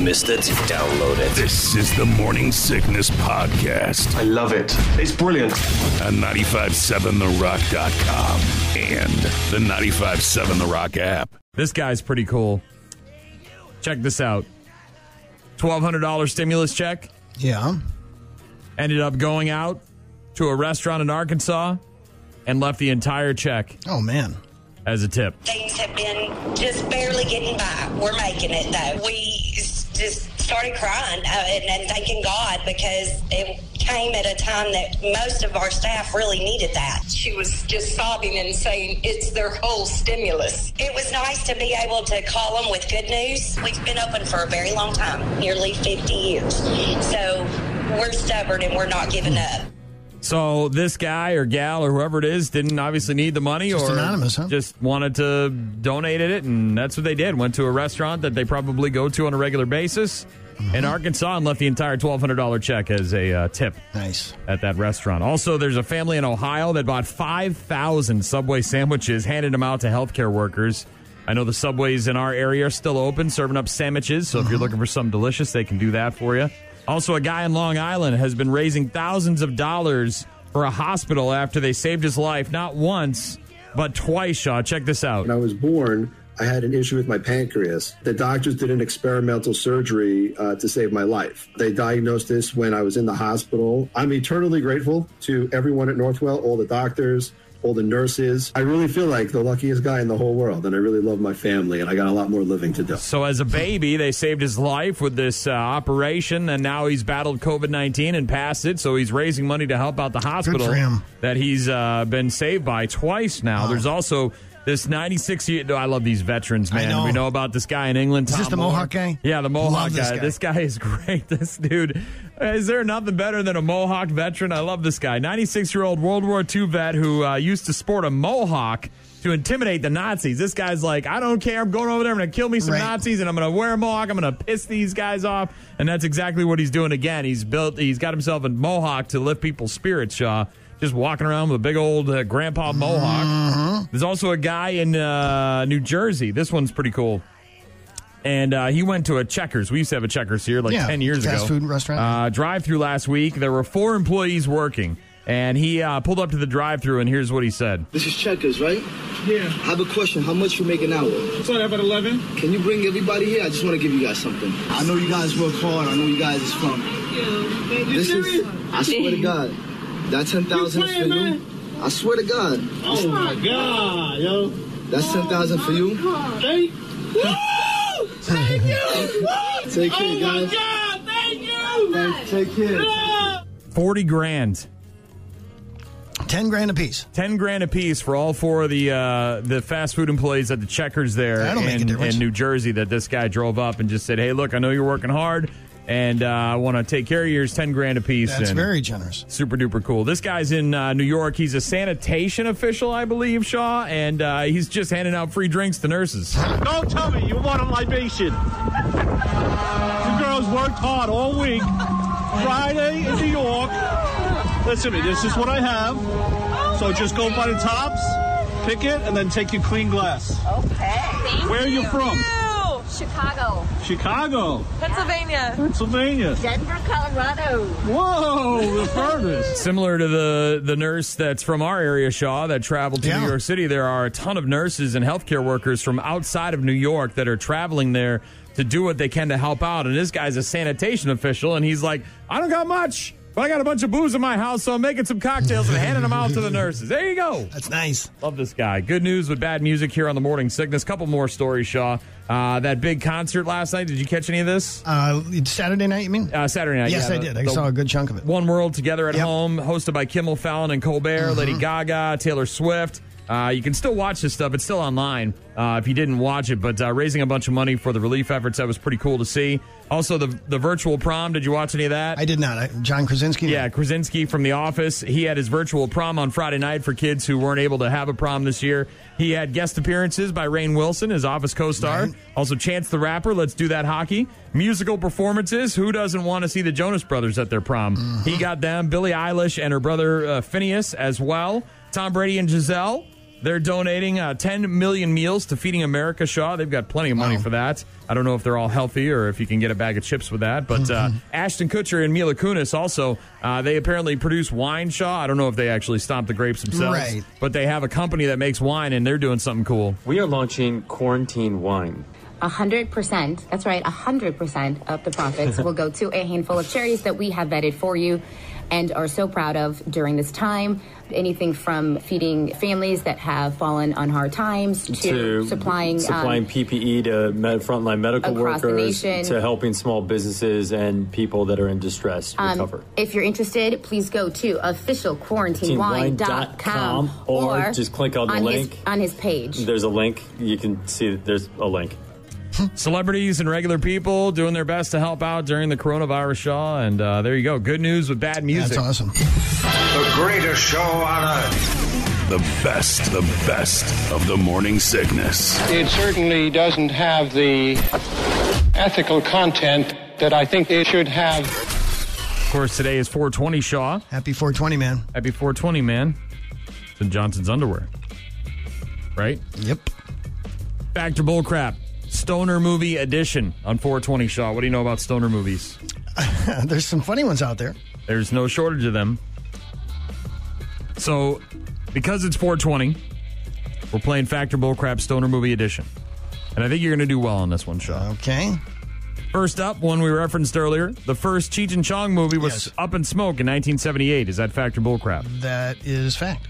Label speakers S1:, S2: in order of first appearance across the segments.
S1: missed it, download it.
S2: This is the Morning Sickness Podcast
S3: I love it. It's brilliant.
S2: on 957therock.com and the 957 The Rock app.
S4: This guy's pretty cool. Check this out $1,200 stimulus check
S5: Yeah.
S4: ended up going out to a restaurant in Arkansas and left the entire check
S5: Oh man.
S4: as a tip.
S6: things have been just barely getting by. We're making it though. We s- just started crying uh, and, and thanking God because it came at a time that most of our staff really needed that.
S7: She was just sobbing and saying it's their whole stimulus.
S6: It was nice to be able to call them with good news. We've been open for a very long time, nearly 50 years. So we're stubborn and we're not giving up.
S4: So this guy or gal or whoever it is didn't obviously need the money
S5: Just
S4: or
S5: anonymous, huh?
S4: just wanted to donate it and that's what they did. Went to a restaurant that they probably go to on a regular basis
S5: Mm-hmm.
S4: in Arkansas and left the entire $1,200 check as a uh, tip.
S5: Nice.
S4: at that restaurant. Also, there's a family in Ohio that bought 5,000 Subway sandwiches, handed them out to healthcare workers. I know the Subways in our area are still open, serving up sandwiches. So if you're looking for something delicious, they can do that for you. Also, a guy in Long Island has been raising thousands of dollars for a hospital after they saved his life, not once, but twice, Shaw. Check this out.
S8: When I was born, I had an issue with my pancreas. The doctors did an experimental surgery uh, to save my life. They diagnosed this when I was in the hospital. I'm eternally grateful to everyone at Northwell, all the doctors, all the nurses. I really feel like the luckiest guy in the whole world, and I really love my family, and I got a lot more living to do.
S4: So, as a baby, they saved his life with this uh, operation, and now he's battled COVID 19 and passed it. So, he's raising money to help out the hospital
S5: for him.
S4: that he's uh, been saved by twice now. There's also this 96 year. I love these veterans,
S5: I
S4: man.
S5: know.
S4: We know about this guy in England.
S5: Is this
S4: Tom
S5: the
S4: Moore.
S5: Mohawk guy?
S4: Yeah, the Mohawk
S5: Love
S4: guy.
S5: this
S4: This guy.
S5: guy.
S4: is great. This dude. Is there nothing better than a Mohawk veteran? I love this guy. 96 year old World War II vet who uh, used to sport a Mohawk. To intimidate the Nazis. This guy's like, I don't care. I'm going over there. I'm going to kill me some
S5: Right.
S4: Nazis and I'm going to wear a mohawk. I'm going to piss these guys off. And that's exactly what he's doing again. He's built, he's got himself a mohawk to lift people's spirits, Shaw. Just walking around with a big old uh, grandpa mohawk. There's also a guy in uh, New Jersey. This one's pretty cool. And uh, he went to a Checkers. We used to have a Checkers here like
S5: Yeah,
S4: 10 years ago.
S5: fast food restaurant.
S4: Uh, drive through last week. There were four employees working. And he uh, pulled up to the drive through, and here's what he said.
S9: This is Checkers, right? Yeah. I have a question. How much you make an hour?
S10: Start up at 11.
S9: Can you bring everybody here? I just want to give you guys something. I know you guys work hard. I know you guys is fun. This is, I swear to God, that 10,000 is for you. I swear to God,
S10: Oh my God, yo. Oh,
S9: that's 10,000 for you.
S10: Thank Woo! Thank you!
S9: Take care,
S10: oh
S9: guys.
S10: my God, thank
S9: Take
S10: you!
S9: care.
S4: 40 grand. Uh,
S5: Ten grand apiece.
S4: Ten grand apiece for all four of the uh, the fast food employees at the Checkers there
S5: That'll make a
S4: in,
S5: difference.
S4: in New Jersey. That this guy drove up and just said, "Hey, look, I know you're working hard, and uh, I want to take care of yours. Ten grand apiece."
S5: That's
S4: and
S5: very generous.
S4: super duper cool. This guy's in uh, New York. He's a sanitation official, I believe, Shaw, and uh, he's just handing out free drinks to nurses.
S10: Don't tell me you want a libation. you girls worked hard all week. Friday in New York. Listen to me, this is what I have. So just go by the tops, pick it, and then take your clean glass.
S11: Thank
S10: Where are you from?
S11: Chicago,
S10: Chicago,
S11: Pennsylvania,
S10: Pennsylvania.
S11: Denver, Colorado.
S10: Whoa, the furthest.
S4: Similar to the the nurse that's from our area, Shaw, that traveled to New
S5: Yeah.
S4: York City, there are a ton of nurses and healthcare workers from outside of New York that are traveling there to do what they can to help out. And this guy's a sanitation official, and he's like, I don't got much, but I got a bunch of booze in my house, so I'm making some cocktails and handing them out to the nurses. There you go.
S5: That's nice.
S4: Love this guy. Good news with bad music here on the Morning Sickness. Couple more stories, Shaw. Uh, that big concert last night. Did you catch any of this?
S5: Uh, Saturday night, you mean?
S4: Uh, Saturday night.
S5: yes,
S4: yeah,
S5: I
S4: the-
S5: did. I
S4: the-
S5: saw a good chunk of it.
S4: one World Together at
S5: Yep. Mm-hmm.
S4: Home, hosted by Kimmel Fallon and Colbert, Lady Gaga, Taylor Swift. Uh, you can still watch this stuff. It's still online uh, if you didn't watch it, but uh, raising a bunch of money for the relief efforts, that was pretty cool to see. Also, the the virtual prom, did you watch any of that?
S5: I did not. I, John Krasinski.
S4: yeah, Krasinski from The Office. He had his virtual prom on Friday night for kids who weren't able to have a prom this year. He had guest appearances by Rain Wilson, his Office co star. Also, Chance the Rapper, Let's Do That Hockey. Musical performances. Who doesn't want to see the Jonas Brothers at their prom? He got them, Billie Eilish and her brother uh, Phineas as well. Tom Brady and Giselle. They're donating uh, 10 million meals to Feeding America Shaw. They've got plenty of money for that. I don't know if they're all healthy or if you can get a bag of chips with that. But uh, Ashton Kutcher and Mila Kunis also, uh, they apparently produce wine, Shaw. I don't know if they actually stomp the grapes themselves.
S1: Right.
S4: But they have a company that makes wine and they're doing something cool.
S1: We are launching quarantine wine.
S12: 100%, that's right, 100% of the profits will go to a handful of charities that we have vetted for you and are so proud of during this time. Anything from feeding families that have fallen on hard times to, supplying,
S1: supplying
S12: um,
S1: PPE E to med, frontline medical
S12: across the
S1: workers,
S12: nation.
S1: to helping small businesses and people that are in distress
S12: um,
S1: recover.
S12: if you're interested, please go to officialquarantinewine.com
S1: or just click on the
S12: his-
S1: link.
S12: on his page.
S1: There's a link. You can see that there's a link.
S4: Celebrities and regular people doing their best to help out during the coronavirus, Shaw. And uh, there you go. Good news with bad music.
S5: That's awesome.
S2: The greatest show on earth. The best, the best of the morning sickness.
S13: It certainly doesn't have the ethical content that I think it should have.
S4: Of course, today is 420 Shaw.
S5: Happy 420, man.
S4: Happy 420, man. It's in Johnson's underwear. Right?
S5: Yep.
S4: Factor bullcrap. Stoner movie edition on 420 Shaw. What do you know about stoner movies?
S5: There's some funny ones out there.
S4: There's no shortage of them. So, because it's 420, we're playing Factor Bullcrap Stoner Movie Edition. And I think you're going to do well on this one,
S5: Uh-huh.
S4: Shaw.
S5: Okay.
S4: First up, one we referenced earlier, the first Cheech and Chong movie was Up in Smoke in 1978. Is that Factor Bullcrap?
S5: That is fact.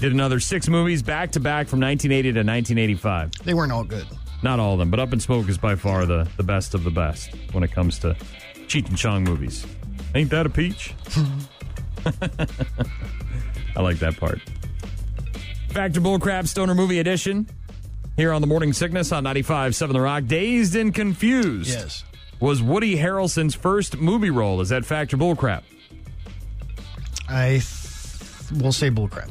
S4: Did another six movies back to back from 1980 to 1985.
S5: They weren't all good.
S4: Not all of them, but Up in Smoke is by far the, the best of the best when it comes to Cheech and Chong movies. Ain't that a peach? I like that part. Factor Bullcrap Stoner Movie Edition here on the Morning Sickness on 95.7 The Rock. Dazed and Confused.
S5: Yes.
S4: Was Woody Harrelson's first movie role. Is that Factor Bullcrap?
S5: I th- will say bullcrap.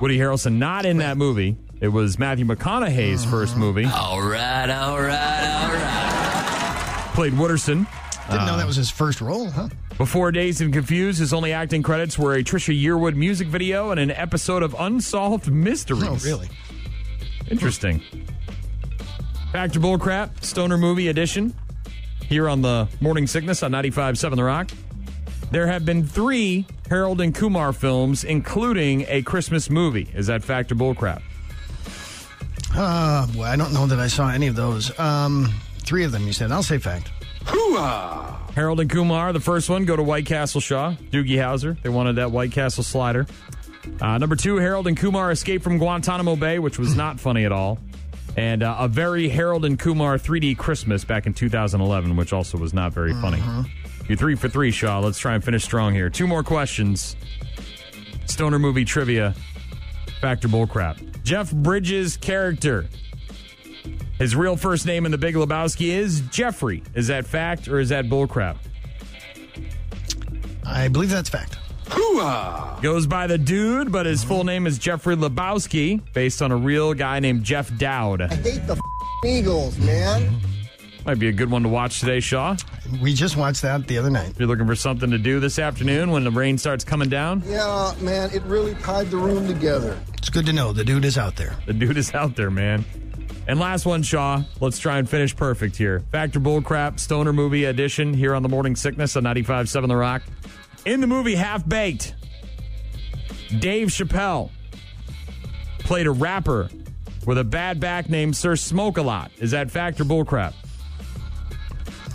S4: Woody Harrelson not in that movie. It was Matthew McConaughey's first movie. All right, all right, all right. Played Wooderson.
S5: Didn't
S4: Ah.
S5: know that was his first role, huh?
S4: Before Dazed and Confused, his only acting credits were a Trisha Yearwood music video and an episode of Unsolved Mysteries.
S5: Oh, really?
S4: Interesting. Factor Bullcrap, Stoner Movie Edition, here on the Morning Sickness on 95.7 The Rock. There have been three Harold and Kumar films, including a Christmas movie. Is that Factor Bullcrap?
S5: Uh, boy, I don't know that I saw any of those. Um, three of them, you said. I'll say fact.
S4: Harold and Kumar, the first one, go to White Castle Shaw, Doogie Howser. They wanted that White Castle slider. Uh, number two, Harold and Kumar escape from Guantanamo Bay, which was not funny at all. And uh, a very Harold and Kumar 3D Christmas back in 2011, which also was not very funny. You're three for three, Shaw. Let's try and finish strong here. Two more questions. Stoner movie trivia. Factor bullcrap. Jeff Bridges' character. His real first name in The Big Lebowski is Jeffrey. Is that fact or is that bullcrap?
S5: I believe that's fact.
S4: Goes by the dude, but his full name is Jeffrey Lebowski, based on a real guy named Jeff Dowd.
S14: Hate the Eagles, man.
S4: Might be a good one to watch today, Shaw.
S5: We just watched that the other night.
S4: If you're looking for something to do this afternoon when the rain starts coming down,
S14: Yeah, man, it really tied the room together.
S5: It's good to know the dude is out there.
S4: the dude is out there, man. And last one, Shaw. Let's try and finish perfect here. Factor Bullcrap, Stoner Movie Edition here on the Morning Sickness on 95.7 The Rock. In the movie Half Baked, Dave Chappelle played a rapper with a bad back named Sir Smoke a Lot. Is that fact or bullcrap?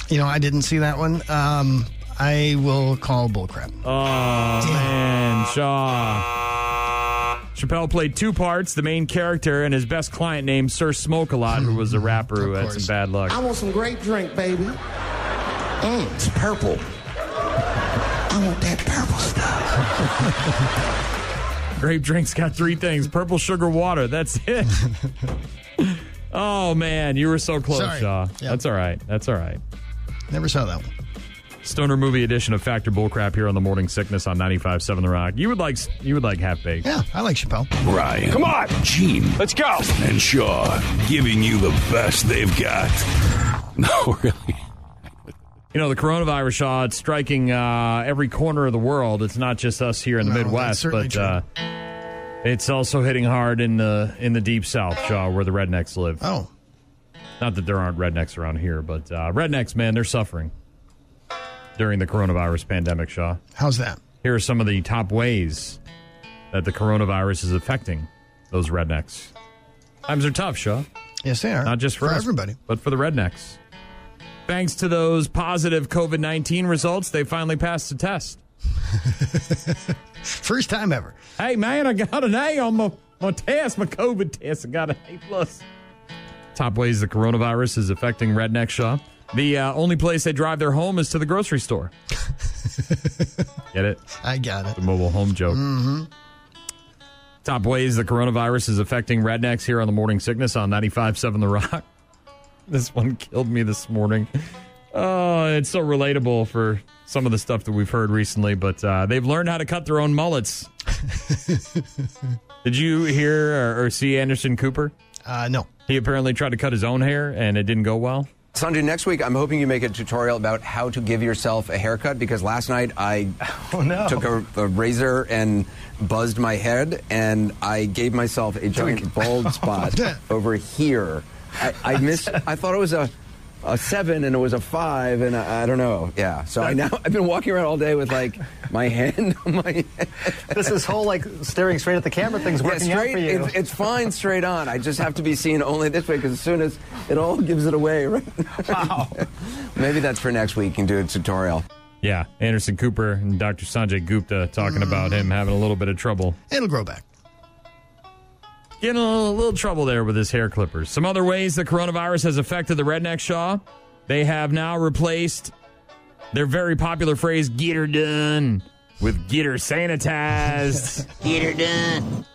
S5: You know, I didn't see that one. Um, I will call bullcrap.
S4: Oh man, Shaw. Chappelle played two parts, the main character and his best client named Sir Smoke a Lot, who was a rapper who had some bad luck.
S14: I want some grape drink, baby. Mm, it's purple. I want that purple stuff.
S4: Grape drink's got three things purple sugar water. That's it. oh, man. You were so close,
S5: Sorry.
S4: Shaw.
S5: Yeah.
S4: That's all right. That's all right.
S5: Never saw that one.
S4: Stoner movie edition of Factor Bullcrap here on the Morning Sickness on 95.7 The Rock. You would like you would like half baked.
S5: Yeah, I like Chappelle.
S2: Ryan. Come on. Gene. Let's go. And Shaw giving you the best they've got. No, really.
S4: You know, the coronavirus Shaw, it's striking uh, every corner of the world. It's not just us here in the
S5: No, that's
S4: Midwest,
S5: certainly
S4: but uh, It's also hitting hard in the in the deep south, Shaw, where the rednecks live.
S5: Oh,
S4: not that there aren't rednecks around here, but uh, rednecks, man, they're suffering during the coronavirus pandemic. Shaw,
S5: How's that?
S4: here are some of the top ways that the coronavirus is affecting those rednecks. Times are tough, Shaw.
S5: Yes, they are.
S4: Not just for,
S5: For
S4: us,
S5: everybody.
S4: but for the rednecks. Thanks to those positive COVID nineteen results, they finally passed the test.
S5: First time ever.
S4: Hey man, I got an A on my, my test, my COVID test. I got an A plus. Top ways the coronavirus is affecting redneck Shaw. The uh, only place they drive their home is to the grocery store. Get it?
S5: I got it.
S4: The mobile home joke.
S5: Mm-hmm.
S4: Top ways the coronavirus is affecting rednecks here on the Morning Sickness on 95.7 The Rock. This one killed me this morning. Oh, it's so relatable for some of the stuff that we've heard recently, but uh, they've learned how to cut their own mullets. Did you hear or, or see Anderson Cooper?
S5: Uh, no.
S4: He apparently tried to cut his own hair and it didn't go well.
S15: Sanjay, next week I'm hoping you make a tutorial about how to give yourself a haircut because last night I took a, a razor and buzzed my head and I gave myself a giant bald spot over here. I, I missed. I thought it was a. A seven and it was a five and I, I don't know. Yeah, so I now I've been walking around all day with like my hand on my. Head.
S16: This this whole like staring straight at the camera thing's
S15: Yeah,
S16: working
S15: straight,
S16: out for you.
S15: It's, it's fine straight on. I just have to be seen only this way because as soon as it all gives it away, right? Wow. Maybe that's for next week. You can do a tutorial.
S4: Yeah, Anderson Cooper and Dr. Sanjay Gupta talking about him having a little bit of trouble.
S5: It'll grow back.
S4: Getting a little, little trouble there with his hair clippers. Some other ways the coronavirus has affected the redneck Shaw. They have now replaced their very popular phrase, get her done, with get her sanitized.
S17: Get her done.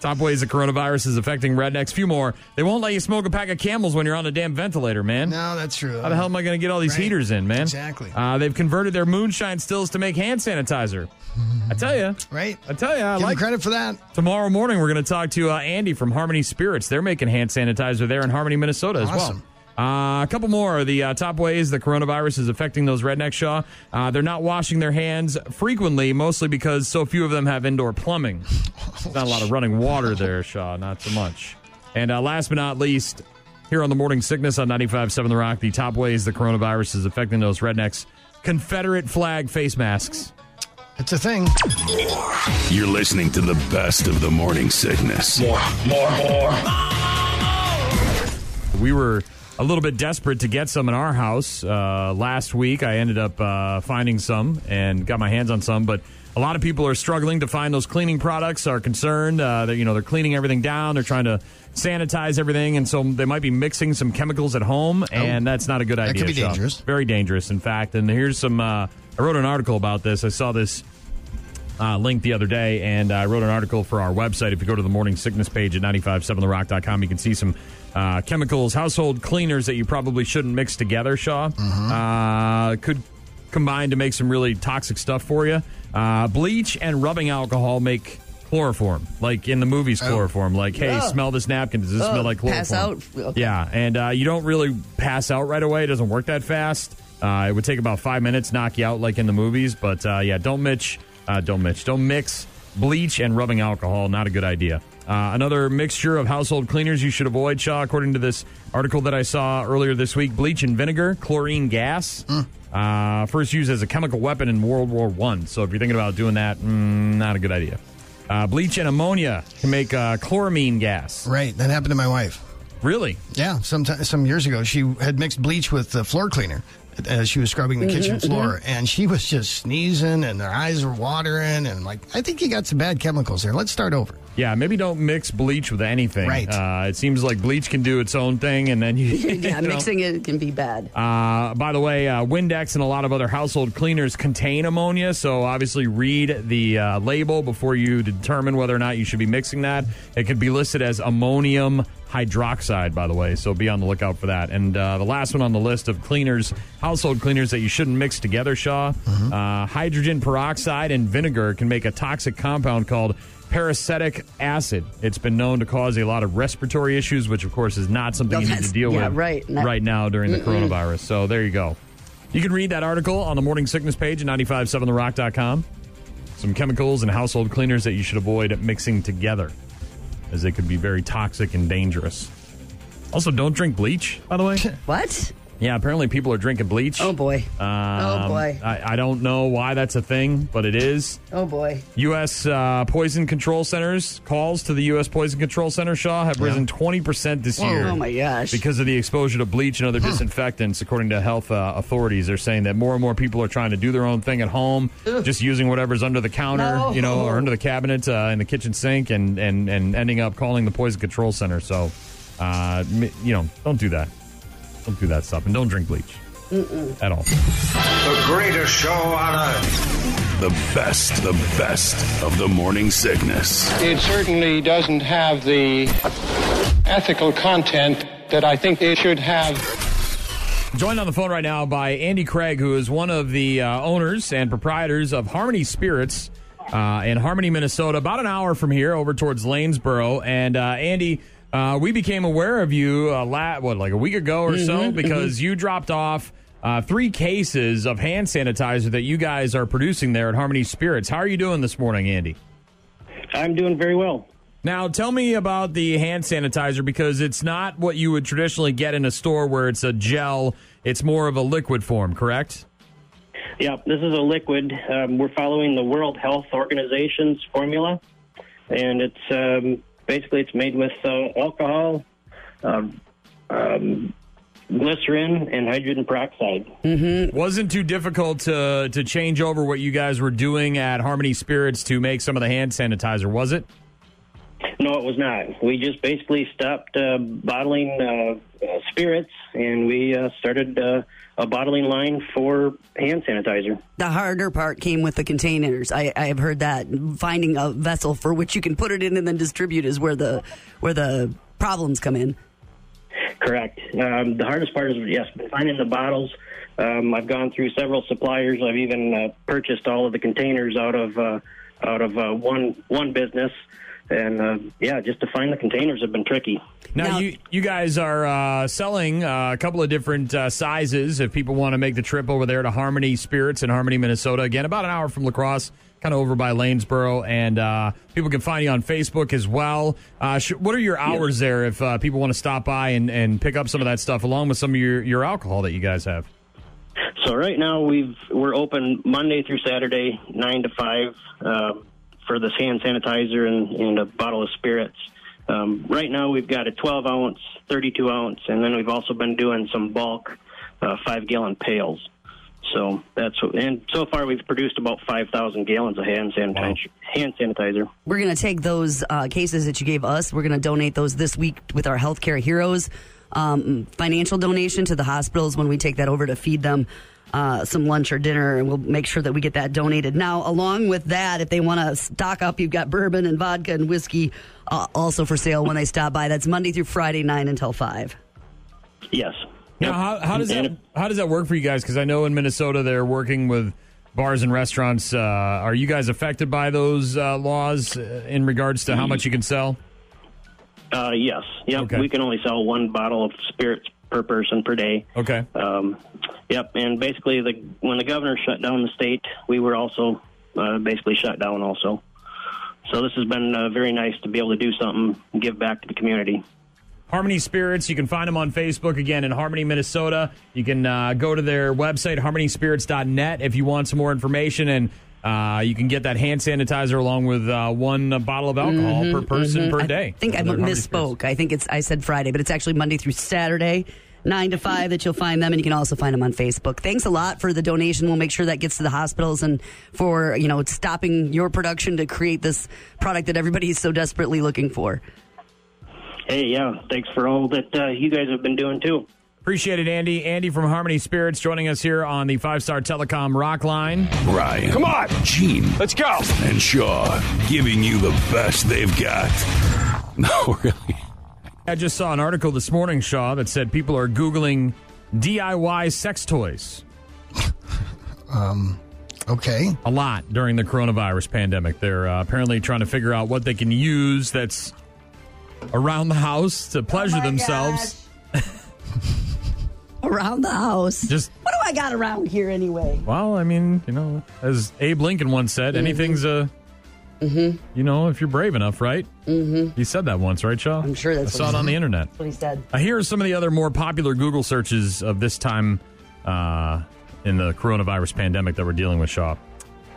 S4: Top ways the coronavirus is affecting rednecks. Few more. They won't let you smoke a pack of camels when you're on a damn ventilator, man.
S5: No, that's true.
S4: How the hell am I going to get all these
S5: Right.
S4: heaters in, man?
S5: Exactly.
S4: Uh, they've converted their moonshine stills to make hand sanitizer. I tell you.
S5: Right?
S4: I tell you, I
S5: Give him
S4: like
S5: credit for that.
S4: Tomorrow morning, we're going to talk to uh, Andy from Harmony Spirits. They're making hand sanitizer there in Harmony, Minnesota, as
S5: Awesome.
S4: well. Uh, a couple more. The uh, top ways the coronavirus is affecting those rednecks, Shaw. Uh, they're not washing their hands frequently, mostly because so few of them have indoor plumbing. There's not a lot of running water there, Shaw. Not so much. And uh, last but not least, here on the Morning Sickness on 95.7 The Rock, the top ways the coronavirus is affecting those rednecks. Confederate flag face masks.
S5: It's a thing.
S2: You're listening to the best of the morning sickness. More, more, more.
S4: We were a little bit desperate to get some in our house uh, last week. I ended up uh, finding some and got my hands on some, but a lot of people are struggling to find those cleaning products. Are concerned uh, that you know they're cleaning everything down, they're trying to sanitize everything, and so they might be mixing some chemicals at home, and that's not a good idea.
S5: Oh. could be
S4: Sean.
S5: dangerous.
S4: very dangerous, in fact. And here's some. Uh, I wrote an article about this. I saw this uh, link the other day, and I wrote an article for our website. If you go to the morning sickness page at 957therock.com, you can see some uh, chemicals, household cleaners that you probably shouldn't mix together, Shaw. Uh, could combine to make some really toxic stuff for you. Uh, bleach and rubbing alcohol make chloroform, like in the movies, chloroform. Like, hey,
S18: Ugh.
S4: smell this napkin. Does this
S18: Ugh,
S4: smell like chloroform?
S18: pass out. Okay.
S4: Yeah, and uh, you don't really pass out right away. It doesn't work that fast. Uh, it would take about five minutes, knock you out like in the movies. But uh, yeah, don't mix, uh, don't mix, don't mix bleach and rubbing alcohol. Not a good idea. Uh, another mixture of household cleaners you should avoid, Shaw, according to this article that I saw earlier this week: bleach and vinegar, chlorine gas. Uh, first used as a chemical weapon in World War One. So if you're thinking about doing that, mm, not a good idea. Uh, bleach and ammonia can make uh, chloramine gas.
S5: Right. That happened to my wife.
S4: Really?
S5: Yeah. Some, some years ago, she had mixed bleach with the floor cleaner. As she was scrubbing the
S4: Mhm,
S5: kitchen floor,
S4: mhm.
S5: and she was just sneezing, and her eyes were watering, and I'm like, I think you got some bad chemicals there. Let's start over.
S4: Yeah, maybe don't mix bleach with anything.
S5: Right.
S4: Uh, it seems like bleach can do its own thing, and then you.
S18: yeah,
S4: you know.
S18: mixing it can be bad.
S4: Uh, by the way, uh, Windex and a lot of other household cleaners contain ammonia, so obviously read the uh, label before you determine whether or not you should be mixing that. It could be listed as ammonium hydroxide, by the way, so be on the lookout for that. And uh, the last one on the list of cleaners, household cleaners that you shouldn't mix together, Shaw,
S18: Mm-hmm.
S4: uh, hydrogen peroxide and vinegar can make a toxic compound called Parasitic acid. It's been known to cause a lot of respiratory issues, which of course is not something you need to
S18: That's-
S4: deal
S18: yeah,
S4: with
S18: right. Not-
S4: right now during the
S18: Mm-mm.
S4: coronavirus. So there you go. You can read that article on the Morning Sickness page at 957therock.com. Some chemicals and household cleaners that you should avoid mixing together, as they could be very toxic and dangerous. Also, don't drink bleach, by the way.
S18: What?
S4: Yeah, apparently people are drinking bleach.
S18: Oh, boy.
S4: Um,
S18: boy.
S4: I, I don't know why that's a thing, but it is.
S18: Oh boy.
S4: U.S. Uh, poison control centers calls to the U.S. Poison Control Center Shaw have risen twenty percent this
S18: Whoa.
S4: year.
S18: Oh, my gosh.
S4: Because of the exposure to bleach and other disinfectants, according to health uh, authorities, they're saying that more and more people are trying to do their own thing at home,
S18: Ugh.
S4: just using whatever's under the counter,
S18: No.
S4: you know, or under the cabinet uh, in the kitchen sink, and and and ending up calling the poison control center. So, uh, m- you know, don't do that. Don't do that stuff, and don't drink bleach at all.
S2: The greatest show on earth. The best, the best of the morning sickness.
S13: It certainly doesn't have the ethical content that I think it should have.
S4: Joined on the phone right now by Andy Craig, who is one of the uh, owners and proprietors of Harmony Spirits uh, in Harmony, Minnesota, about an hour from here over towards Lanesboro. And uh, Andy, uh, we became aware of you uh, la- what like a week ago or so
S17: Mhm,
S4: because you dropped off uh, three cases of hand sanitizer that you guys are producing there at Harmony Spirits. How are you doing this morning, Andy?
S17: I'm doing very well.
S4: Now, tell me about the hand sanitizer because it's not what you would traditionally get in a store where it's a gel. It's more of a liquid form, correct?
S17: Yeah, this is a liquid. Um, we're following the World Health Organization's formula, and it's um, basically it's made with uh, alcohol, um, um, glycerin, and hydrogen peroxide.
S4: Mm-hmm. Wasn't too difficult to to change over what you guys were doing at Harmony Spirits to make some of the hand sanitizer, was it?
S17: No, it was not. We just basically stopped uh, bottling uh, uh, spirits, and we uh, started uh, a bottling line for hand sanitizer.
S18: The harder part came with the containers. I, I have heard that finding a vessel for which you can put it in and then distribute is where the where the problems come in.
S17: Correct. Um, the hardest part is yes, finding the bottles. Um, I've gone through several suppliers. I've even uh, purchased all of the containers out of uh, out of uh, one one business, and uh, yeah, just to find the containers have been tricky.
S4: Now, you you guys are uh, selling uh, a couple of different uh, sizes. If people want to make the trip over there to Harmony Spirits in Harmony, Minnesota, again about an hour from Lacrosse, kind of over by Lanesboro, and uh, people can find you on Facebook as well. Uh, sh- what are your hours there if uh, people want to stop by and, and pick up some of that stuff along with some of your, your alcohol that you guys have?
S17: So right now we've we're open Monday through Saturday, nine to five, uh, for this hand sanitizer and, and a bottle of spirits. Um, right now we've got a 12 ounce, 32 ounce, and then we've also been doing some bulk, uh, five gallon pails. So that's what- and so far we've produced about 5,000 gallons of hand sanitizer. Hand sanitizer.
S18: We're going to take those uh, cases that you gave us. We're going to donate those this week with our healthcare heroes um, financial donation to the hospitals when we take that over to feed them uh, some lunch or dinner, and we'll make sure that we get that donated. Now, along with that, if they want to stock up, you've got bourbon and vodka and whiskey uh, also for sale when they stop by. That's Monday through Friday, nine until five.
S17: Yes.
S4: Now, how, how does that how does that work for you guys? Because I know in Minnesota they're working with bars and restaurants. Uh, are you guys affected by those uh, laws uh, in regards to how much you can sell?
S17: Uh, yes. Yep. We can only sell one bottle of spirits per person per day.
S4: Okay.
S17: Um, yep. And basically, the when the governor shut down the state, we were also uh, basically shut down also. So this has been uh, very nice to be able to do something, and give back to the community.
S4: Harmony Spirits. You can find them on Facebook again in Harmony, Minnesota. You can uh, go to their website, harmonyspirits.net, if you want some more information. And uh, you can get that hand sanitizer along with uh, one uh, bottle of alcohol per
S18: Mhm,
S4: person
S18: mhm.
S4: per
S18: I
S4: day.
S18: think I
S4: So they're Harmony Spirits.
S18: misspoke. I think it's I said Friday, but it's actually Monday through Saturday, nine to five that you'll find them, and you can also find them on Facebook. Thanks a lot for the donation. We'll make sure that gets to the hospitals and for you know stopping your production to create this product that everybody is so desperately looking for.
S17: Hey, yeah. Thanks for all that uh, you guys have been doing too.
S4: Appreciate it, Andy. Andy from Harmony Spirits joining us here on the Five Star Telecom Rock Line.
S2: Ryan. Come on. Gene. Let's go. And Shaw giving you the best they've got. No, really.
S4: I just saw an article this morning, Shaw, that said people are Googling DIY sex toys.
S5: Um, okay.
S4: A lot during the coronavirus pandemic. They're uh, apparently trying to figure out what they can use that's
S18: Oh
S4: around the house to pleasure themselves.
S18: around the house.
S4: Just
S18: what do I got around here anyway?
S4: Well, I mean, you know, as Abe Lincoln once said,
S18: Mm-hmm.
S4: anything's uh, you know, if you're brave enough, right? Mm-hmm. He said that once, right, Shaw? I'm
S18: sure that's
S4: I
S18: what
S4: saw
S18: he
S4: it on
S18: said.
S4: the internet.
S18: That's what he said.
S4: Uh, here are some of the other more popular Google searches of this time uh, in the coronavirus pandemic that we're dealing with, Shaw.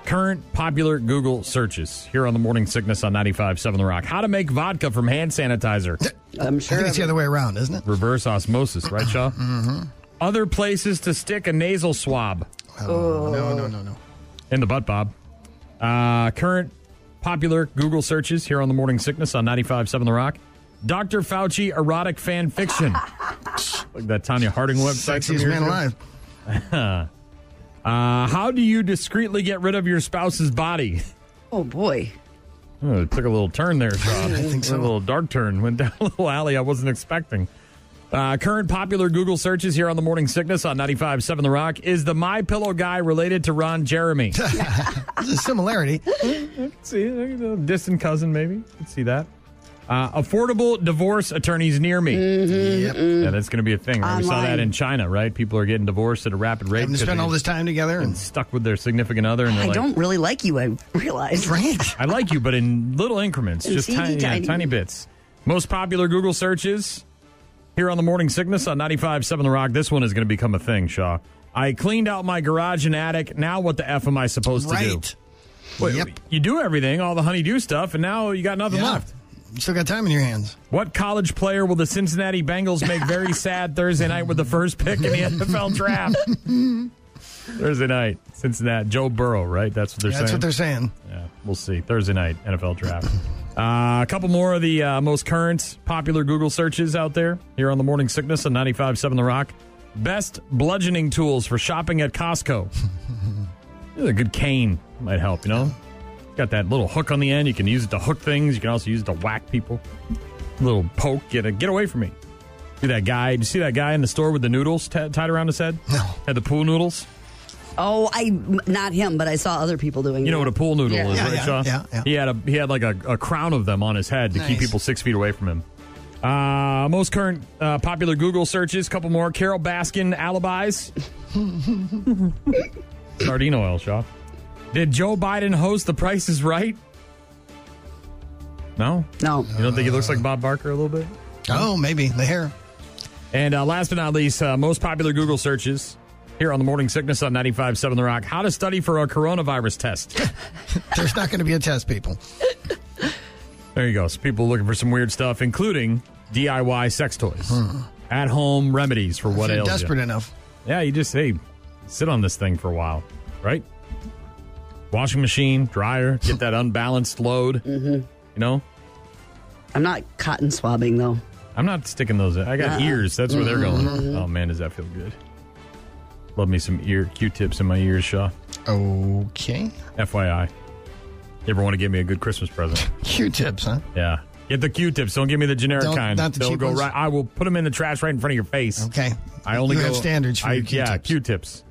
S4: Current popular Google searches here on the Morning Sickness on 95.7 The Rock. How to make vodka from hand sanitizer.
S18: I'm
S5: I think it's the other way around, isn't it?
S4: Reverse osmosis, right, Shaw? mm-hmm. Other places to stick a nasal swab.
S5: No, no, no, no.
S4: In the butt, Bob. Uh, current popular Google searches here on the Morning Sickness on 95.7 The Rock. Dr. Fauci erotic fan fiction. like that Tanya Harding website. from
S5: Sexiest
S4: years
S5: man
S4: ago.
S5: alive.
S4: uh, how do you discreetly get rid of your spouse's body?
S18: Oh, boy.
S4: Oh, it took a little turn there, Rob.
S5: I think so.
S4: A little dark turn. Went down a little alley I wasn't expecting. Uh, current popular Google searches here on the Morning Sickness on 95.7 The Rock. Is the My Pillow guy related to Ron Jeremy?
S5: There's a similarity.
S4: see, distant cousin, maybe. Could see that. Uh, affordable divorce attorneys near me. Yeah, that's going to be a thing. Right? We saw that
S5: Mm-hmm. Online.
S4: in China, right? People are getting divorced at a rapid rate.
S5: Having to
S4: 'cause
S5: spend
S4: they
S5: all this
S4: just
S5: time together. And,
S4: stuck with their significant other, and they're
S18: I
S4: like,
S18: don't really like you, I realize.
S5: Right.
S4: I like you, but in little increments,
S18: In
S4: just
S18: teeny
S4: tiny, yeah,
S18: tiny.
S4: tiny bits. Most popular Google searches here on the Morning Sickness on 95.7 The Rock. This one is going to become a thing, Shaw. I cleaned out my garage and attic. Now what the F am I supposed to do?
S5: Right.
S4: Wait,
S5: Yep.
S4: You do everything, all the honeydew stuff, and now you got nothing
S5: Yeah.
S4: left.
S5: You still got time in your hands.
S4: What college player will the Cincinnati Bengals make very sad Thursday night with the first pick in the NFL draft? Thursday night, Cincinnati. Joe Burrow, right? That's what they're
S5: Yeah,
S4: saying.
S5: that's what they're saying.
S4: Yeah, we'll see. Thursday night, NFL draft. uh, a couple more of the uh, most current popular Google searches out there here on the Morning Sickness on 95.7 The Rock. Best bludgeoning tools for shopping at Costco. Yeah, a good cane might help, you know? Got that little hook on the end. You can use it to hook things. You can also use it to whack people. Little poke. Get, a, get away from me. See that guy? Did you see that guy in the store with the noodles t- tied around his head? No. Had the pool noodles?
S18: Oh, I not him, but I saw other people doing.
S4: You know
S18: that.
S4: what a pool noodle
S18: Yeah.
S4: is,
S18: Yeah,
S4: right,
S18: yeah,
S4: Shaw?
S18: yeah, yeah.
S4: He had a he had like a, a crown of them on his head to keep
S18: Nice.
S4: people six feet away from him. Uh, most current uh, popular Google searches, couple more. Carol Baskin alibis, sardine oil, Shaw. Did Joe Biden host The Price Is Right? No,
S18: no.
S4: You don't think he looks like Bob Barker a little bit?
S5: Oh, maybe the hair.
S4: And uh, last but not least, uh, most popular Google searches here on the Morning Sickness on 95.7 The Rock. How to study for a coronavirus test.
S5: There's not going to be a test, people.
S4: There you go. So people looking for some weird stuff, including DIY sex toys, at home remedies for what
S5: if you're
S4: ails
S5: desperate
S4: you.
S5: enough.
S4: Yeah, you just hey, sit on this thing for a while, right? Washing machine, dryer, get that unbalanced load. You know,
S18: I'm not cotton swabbing though.
S4: I'm not sticking those. In. I got
S18: Uh-uh.
S4: ears. That's where they're going.
S18: Mhm.
S4: Oh man, does that feel good? Love me some ear Q-tips in my ears, Shaw.
S5: Okay.
S4: FYI, you ever want to give me a good Christmas present?
S5: Q-tips, huh?
S4: Yeah. Get the Q-tips. Don't give me the generic
S5: Don't-
S4: kind.
S5: not the
S4: They'll
S5: cheap
S4: go
S5: ones?
S4: right. I will put them in the trash right in front of your face.
S5: Okay.
S4: I only
S5: You
S4: go,
S5: have standards for
S4: I,
S5: your
S4: Yeah,
S5: Q-tips.
S4: Q-tips.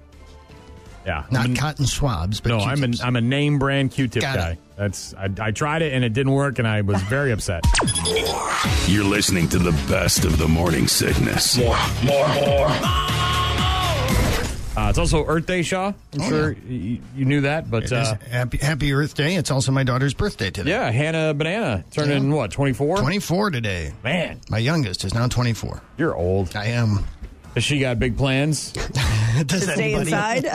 S4: Yeah.
S5: Not
S4: I'm a-
S5: cotton swabs, but
S4: no, I'm
S5: Q-tips.
S4: an, I'm a name brand Q-tip
S5: Got it.
S4: guy. That's I, I tried it and it didn't work and I was very upset.
S2: You're listening to the best of the morning sickness. More, more, more.
S4: Uh, it's also Earth Day, Shaw. I'm
S5: Oh,
S4: sure you, you knew that, but
S5: It is.
S4: uh,
S5: happy, happy Earth Day. It's also my daughter's birthday today.
S4: yeah, Hannah Banana turning what 24.
S5: 24 today.
S4: Man,
S5: My youngest is now 24.
S4: you're old.
S5: I am.
S4: Has she got big plans?
S5: Does
S18: To stay
S5: anybody-
S18: inside.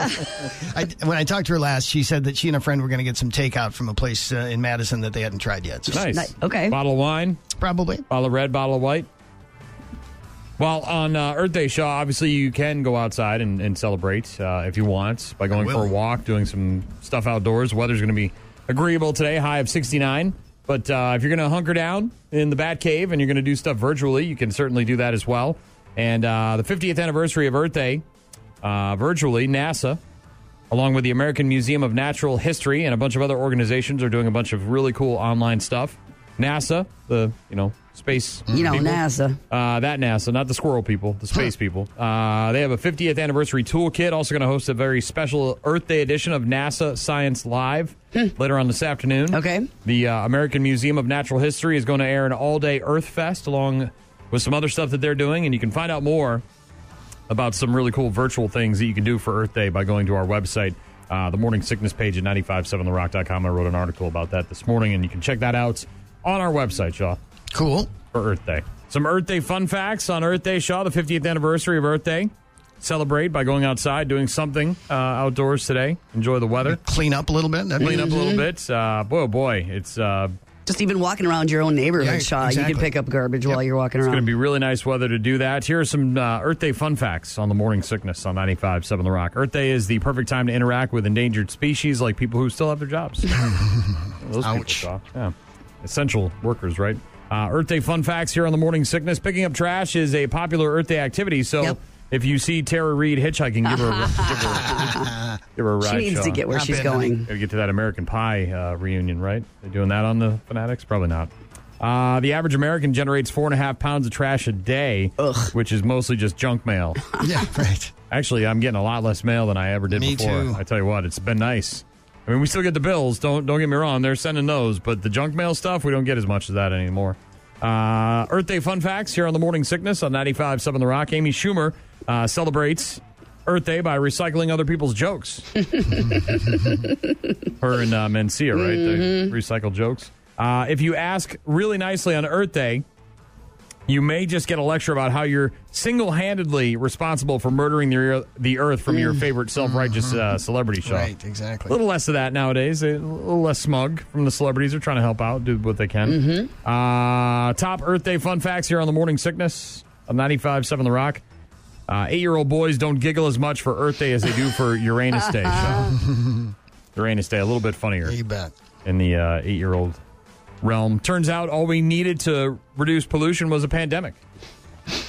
S5: I, when I talked to her last, she said that she and a friend were going to get some takeout from a place uh, in Madison that they hadn't tried yet. So
S4: Nice.
S18: Ni- okay.
S4: Bottle of wine.
S5: Probably.
S4: Bottle of red, bottle of white. Well, on uh, Earth Day, Shaw, obviously you can go outside and, and celebrate uh, if you want by going for a
S5: will.
S4: walk, doing some stuff outdoors. Weather's going to be agreeable today, high of 69. But uh, if you're going to hunker down in the Bat Cave and you're going to do stuff virtually, you can certainly do that as well. And uh, the 50th anniversary of Earth Day, uh, virtually, NASA along with the American Museum of Natural History and a bunch of other organizations are doing a bunch of really cool online stuff. NASA, the you know space,
S18: You know,
S4: people.
S18: NASA.
S4: uh, that NASA, not the squirrel people, the space people. Uh, they have a 50th anniversary toolkit. Also going to host a very special Earth Day edition of NASA Science Live later on this afternoon.
S18: Okay.
S4: The uh, American Museum of Natural History is going to air an all-day Earth Fest along with some other stuff that they're doing, and you can find out more about some really cool virtual things that you can do for Earth Day by going to our website, uh, the Morning Sickness page at 957therock.com. I wrote an article about that this morning, and you can check that out on our website, Shaw.
S5: Cool.
S4: For Earth Day. Some Earth Day fun facts on Earth Day, Shaw, the 50th anniversary of Earth Day. Celebrate by going outside, doing something uh, outdoors today. Enjoy the weather.
S5: Clean up a little bit.
S4: Clean up a little bit. Uh, boy, oh boy, it's uh,
S18: Just even walking around your own neighborhood,
S4: Yeah,
S18: Shaw, you
S4: exactly.
S18: can pick up garbage while you're walking
S4: It's
S18: around.
S4: going to be really nice weather to do that. Here are some uh, Earth Day fun facts on the morning sickness on 95.7 The Rock. Earth Day is the perfect time to interact with endangered species like people who still have their jobs. Those Ouch. yeah. Essential workers, right? Uh, Earth Day fun facts here on the morning sickness. Picking up trash is a popular Earth Day activity, so if you see Tara Reid hitchhiking, give her a, give her, give her a
S18: Uh-huh. She
S4: ride.
S18: needs to
S4: Sean.
S18: get where Not she's bad, going. honey.
S4: Got to get to that American Pie uh, reunion, right? They're doing that on the Fanatics? Probably not. Uh, the average American generates four and a half pounds of trash a day, which is mostly just junk mail.
S5: yeah, right.
S4: Actually, I'm getting a lot less mail than I ever did
S5: Me
S4: before.
S5: too.
S4: I tell you what, it's been nice. I mean, we still get the bills. Don't don't get me wrong; they're sending those, but the junk mail stuff, we don't get as much of that anymore. Uh, Earth Day fun facts here on the Morning Sickness on 95.7 The Rock. Amy Schumer uh, celebrates Earth Day by recycling other people's jokes. Her and uh, Mencia, right? They recycle jokes. Uh, if you ask really nicely on Earth Day, you may just get a lecture about how you're single-handedly responsible for murdering the ear- the Earth from your favorite self-righteous uh, celebrity show.
S5: Right, exactly.
S4: A little less of that nowadays. A little less smug from the celebrities. They're trying to help out, do what they can. Uh, top Earth Day fun facts here on the Morning Sickness of 95.7 The Rock. Uh, eight-year-old boys don't giggle as much for Earth Day as they do for Uranus Day. Sean. Uranus Day, a little bit funnier.
S5: You bet.
S4: In the uh, eight-year-old realm. Turns out all we needed to reduce pollution was a pandemic.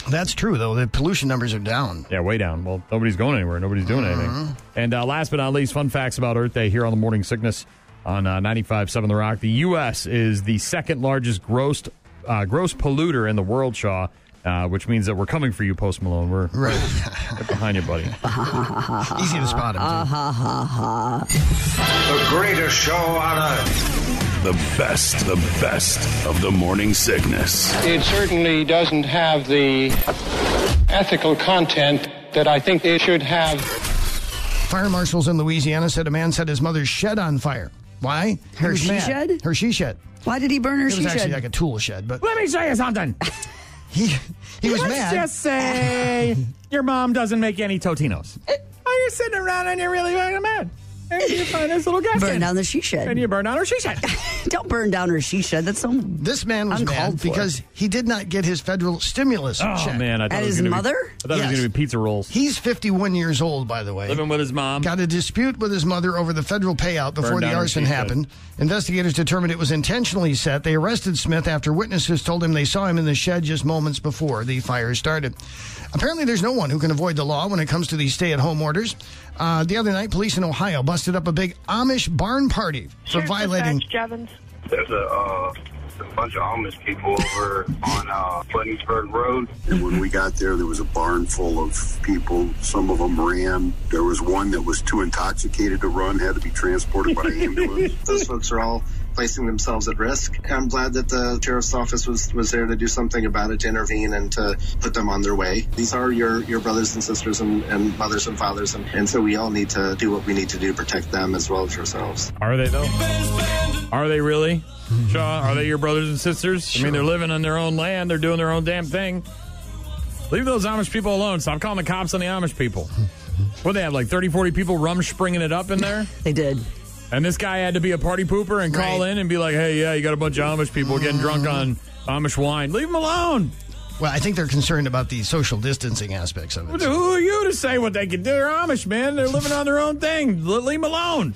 S5: That's true, though. The pollution numbers are down.
S4: Yeah, way down. Well, nobody's going anywhere. Nobody's doing
S5: Uh-huh.
S4: anything. And uh, last but not least, fun facts about Earth Day here on the Morning Sickness on uh, 95.7 The Rock. The U.S. is the second largest gross, uh, gross polluter in the world, Shaw, uh, which means that we're coming for you, Post Malone. We're right. behind you, buddy.
S5: Easy to spot him.
S18: Uh-huh.
S2: The greatest show on earth. The best, the best of the morning sickness.
S13: It certainly doesn't have the ethical content that I think it should have.
S5: Fire marshals in Louisiana said a man set his mother's shed on fire. Why? He
S18: Her
S5: was
S18: she
S5: mad.
S18: shed?
S5: Her she shed.
S18: Why did he burn her
S5: It
S18: she
S5: was actually
S18: shed?
S5: like a tool shed, but
S4: Let me show you something.
S5: he he was mad.
S4: say your mom doesn't make any Totinos.
S5: Eh.
S4: Oh, you're sitting around and you're really mad. And you find this little guy.
S18: Burn down the she shed.
S4: And you burn down her she shed.
S18: Don't burn down her she shed. That's so.
S5: This man was
S18: uncalled
S5: mad
S18: for.
S5: because he did not get his federal stimulus
S4: Oh
S5: check.
S4: man, I thought
S5: At
S4: it was
S5: his
S4: gonna
S5: mother?
S4: Be, I thought it was
S5: Yes.
S4: going to be pizza rolls.
S5: He's 51 years old, by the way.
S4: Living with his mom.
S5: Got a dispute with his mother over the federal payout before
S4: Burned down
S5: the
S4: her
S5: arson
S4: she shed.
S5: happened. Investigators determined it was intentionally set. They arrested Smith after witnesses told him they saw him in the shed just moments before the fire started. Apparently, there's no one who can avoid the law when it comes to these stay at home orders. Uh, the other night, police in Ohio busted up a big Amish barn party for violating.
S19: There's a, uh, a bunch of Amish people over on uh, Flemingsburg Road.
S20: And when we got there, there was a barn full of people. Some of them ran. There was one that was too intoxicated to run, had to be transported by ambulance.
S9: Those folks are all placing themselves at risk. I'm glad that the sheriff's office was, was there to do something about it, to intervene and to put them on their way. These are your, your brothers and sisters and, and mothers and fathers, and, and so we all need to do what we need to do to protect them as well as yourselves.
S4: Are they though? Are they really? Shaw, are they your brothers and sisters? I mean, they're living on their own land. They're doing their own damn thing. Leave those Amish people alone. Stop calling the cops on the Amish people. What they have like 30, 40 people rum springing it up in there?
S18: they did.
S4: And this guy had to be a party pooper and call in and be like, "Hey, yeah, you got a bunch of Amish people getting drunk on Amish wine. Leave them alone."
S5: Well, I think they're concerned about the social distancing aspects of it.
S4: Who are you to say what they can do? They're Amish, man. They're living on their own thing. L- leave them alone.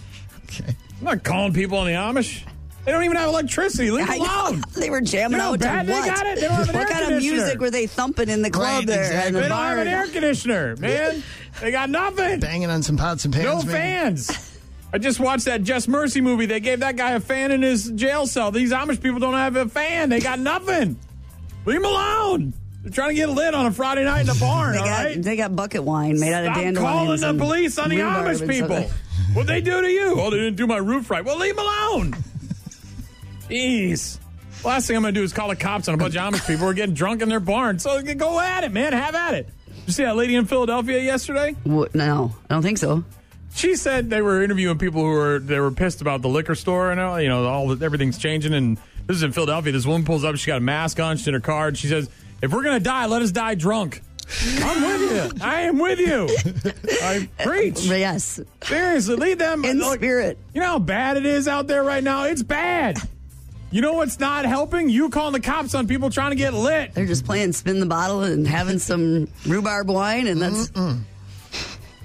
S4: I'm not calling people on the Amish. They don't even have electricity. Leave them
S18: I know.
S4: alone.
S18: They were jamming
S4: You know how
S18: out to
S4: bad they
S18: what?
S4: got it? They don't have an
S18: what
S4: air
S18: kind of music
S4: conditioner.
S18: were they thumping in the club
S4: Right,
S18: there?
S4: exactly.
S18: and the
S4: They don't
S18: bar?
S4: have an air conditioner, man. they got nothing.
S5: Banging on some pots and pans.
S4: No
S5: maybe.
S4: fans. I just watched that Just Mercy movie. They gave that guy a fan in his jail cell. These Amish people don't have a fan. They got nothing. Leave them alone. They're trying to get lit on a Friday night in a barn.
S18: They
S4: all
S18: got,
S4: right.
S18: they got bucket wine made out of
S4: Stop calling
S18: dandelions.
S4: the
S18: and
S4: police on the
S18: rhubarb
S4: Amish
S18: and
S4: people.
S18: stuff.
S4: What'd they do to you? Oh, they didn't do my roof right. Well, leave them alone. Jeez. Last thing I'm going to do is call the cops on a bunch of Amish people who are getting drunk in their barn. So go at it, man. Have at it. You see that lady in Philadelphia yesterday?
S18: What, no, I don't think so.
S4: She said they were interviewing people who were they were pissed about the liquor store and all, you know all the, everything's changing. And this is in Philadelphia. This woman pulls up. She got a mask on. She's in her car. And she says, "If we're gonna die, let us die drunk." I'm with you. I am with you. I preach.
S18: Yes.
S4: Seriously, lead them
S18: in spirit.
S4: You know how bad it is out there right now. It's bad. You know what's not helping? You calling the cops on people trying to get lit.
S18: They're just playing spin the bottle and having some rhubarb wine, and that's.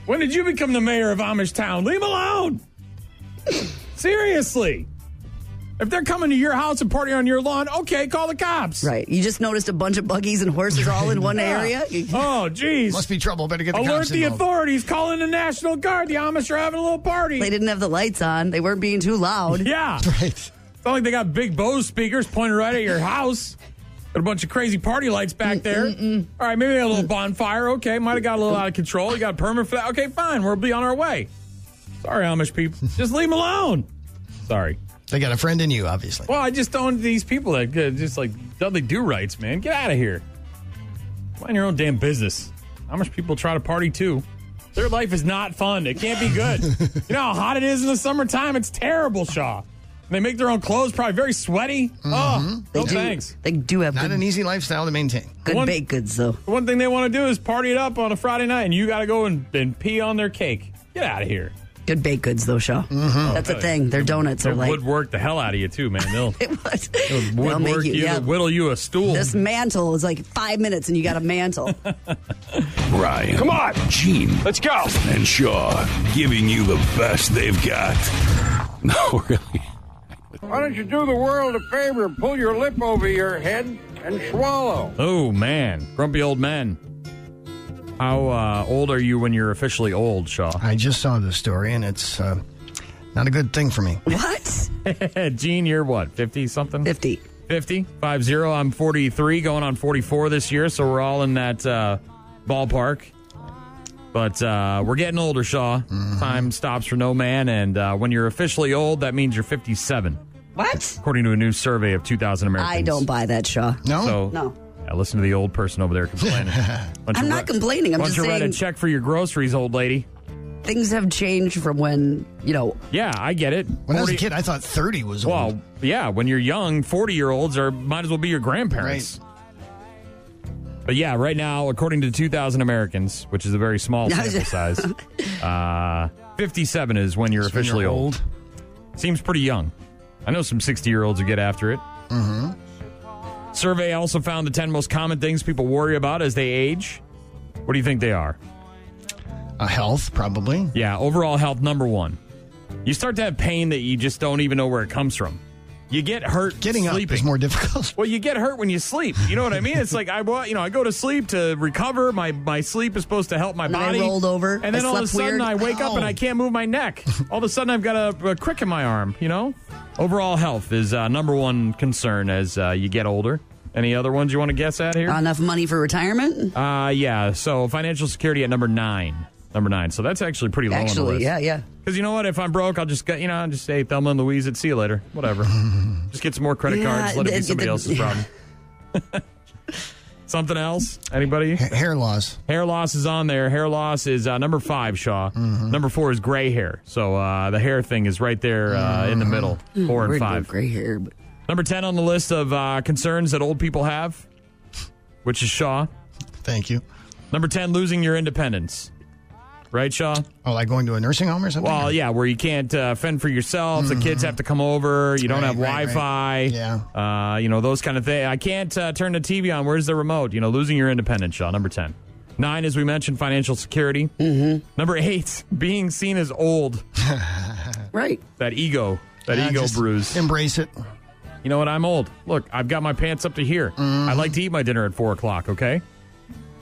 S4: When did you become the mayor of Amish Town? Leave 'em alone. Seriously. If they're coming to your house and party on your lawn, okay, call the cops.
S18: Right. You just noticed a bunch of buggies and horses all in one area.
S4: Oh, jeez.
S5: Must be trouble. Better get the
S4: Alert
S5: cops
S4: the
S5: involved.
S4: authorities. Call in the National Guard. The Amish are having a little party.
S18: They didn't have the lights on. They weren't being too loud.
S4: Yeah. Right. It's not like they got big Bose speakers pointed right at your house. Got a bunch of crazy party lights back there. All right, maybe they had a little bonfire. Okay, might have got a little out of control. You got a permit for that. Okay, fine. We'll be on our way. Sorry, Amish people. Just leave them alone. Sorry.
S5: They got a friend in you, obviously.
S4: Well, I just don't. These people that uh, just like Dudley Do Rights, man. Get out of here. Mind your own damn business. How much people try to party too? Their life is not fun. It can't be good. you know how hot it is in the summertime? It's terrible, Shaw. And they make their own clothes, probably very sweaty. Oh,
S18: Mm-hmm. They
S4: no
S18: do-
S4: thanks.
S18: They do have
S5: Not
S18: good,
S5: an easy lifestyle to maintain.
S18: good
S4: One-
S18: baked goods, though.
S4: The One thing they want to do is party it up on a Friday night, and you got to go and, and pee on their cake. Get out of here.
S18: Good baked goods, though, Shaw. That's
S4: Oh,
S18: a thing. Their donuts are
S4: It
S18: like.
S4: would work the hell out of you too, man. They'll
S18: It was.
S4: it would
S18: They'll make
S4: woodwork you,
S18: you- yeah.
S4: they'll whittle you a stool.
S18: This mantle is like five minutes, and you got a mantle.
S2: Ryan.
S19: Come on.
S2: Gene.
S19: Let's go.
S2: And Shaw giving you the best they've got. No, really.
S21: Why don't you do the world a favor and pull your lip over your head and swallow?
S4: Oh man, grumpy old men. How uh, old are you when you're officially old, Shaw?
S5: I just saw this story, and it's uh, not a good thing for me.
S18: What?
S4: Gene, you're what, 50 something?
S18: 50.
S4: 50, 50. I'm 43, going on 44 this year, so we're all in that uh, ballpark. But uh, we're getting older, Shaw.
S18: Mm-hmm.
S4: Time stops for no man, and uh, when you're officially old, that means you're 57,
S18: What?
S4: according to a new survey of 2,000 Americans.
S18: I don't buy that, Shaw.
S5: No.
S4: So,
S18: No.
S4: Yeah, listen to the old person over there complaining. Bunch
S18: I'm
S4: of
S18: not complaining, I'm
S4: bunch
S18: just
S4: of write a
S18: saying-
S4: check for your groceries, old lady.
S18: Things have changed from when, you know,
S4: Yeah, I get it.
S5: When I was a kid, I thought 30 was old.
S4: Well, yeah, when you're young, 40 year olds are might as well be your grandparents. But yeah, right now, according to 2,000 Americans, which is a very small sample size, uh, 57 is when you're
S5: That's when
S4: officially
S5: you're
S4: old. Seems pretty young. I know some 60 year olds who get after it.
S5: hmm
S4: Survey also found the 10 most common things people worry about as they age. What do you think they are?
S5: Uh, health, probably.
S4: Yeah, overall health number one. You start to have pain that you just don't even know where it comes from. You get hurt
S5: Getting
S4: sleeping.
S5: up is more difficult.
S4: Well, you get hurt when you sleep. You know what I mean? It's like I, wa- you know, I go to sleep to recover. My my sleep is supposed to help my
S18: And then I
S4: body.
S18: rolled over.
S4: and then
S18: I
S4: all of a
S18: slept
S4: sudden
S18: weird.
S4: I wake up and
S5: Ow.
S4: I can't move my neck. All of a sudden I've got a, a crick in my arm. You know, overall health is uh, number one concern as uh, you get older. Any other ones you want to guess at here?
S18: enough money for retirement.
S4: Uh, yeah. So financial security at number nine. Number nine. So that's actually pretty low on the
S18: Actually,
S4: list.
S18: yeah, yeah.
S4: Because you know what? If I'm broke, I'll just get, you know, I'll just say Thelma and Louise. It see you later. Whatever. just get some more credit
S18: Yeah,
S4: cards. Let it be
S18: the-
S4: somebody
S18: the-
S4: else's problem. Something else? Anybody?
S5: Ha- hair loss.
S4: Hair loss is on there. Hair loss is uh, number five, Shaw.
S18: Mm-hmm.
S4: Number four is gray hair. So uh, the hair thing is right there uh,
S18: Mm-hmm.
S4: in the middle. Four and
S18: Weird
S4: five.
S18: Gray hair, but
S4: Number ten on the list of uh, concerns that old people have, which is Shaw.
S5: Thank you.
S4: Number ten, losing your independence. Right, Shaw?
S5: Oh, like going to a nursing home or something?
S4: Well, yeah, where you can't uh, fend for yourself. The kids have to come over. You don't
S5: Mm-hmm. Right, right,
S4: have Wi-Fi.
S5: right. Yeah.
S4: Uh, you know those kind of things. I can't uh, turn the TV on. Where's the remote? You know, losing your independence. Shaw, number ten. Nine, as we mentioned, financial security. Mm-hmm. Number eight, being seen as old.
S18: right.
S4: That ego. That
S5: Yeah,
S4: ego
S5: just
S4: bruise.
S5: Embrace it.
S4: You know what? I'm old. Look, I've got my pants up to here.
S5: Mm-hmm.
S4: I like to eat my dinner at four o'clock. Okay,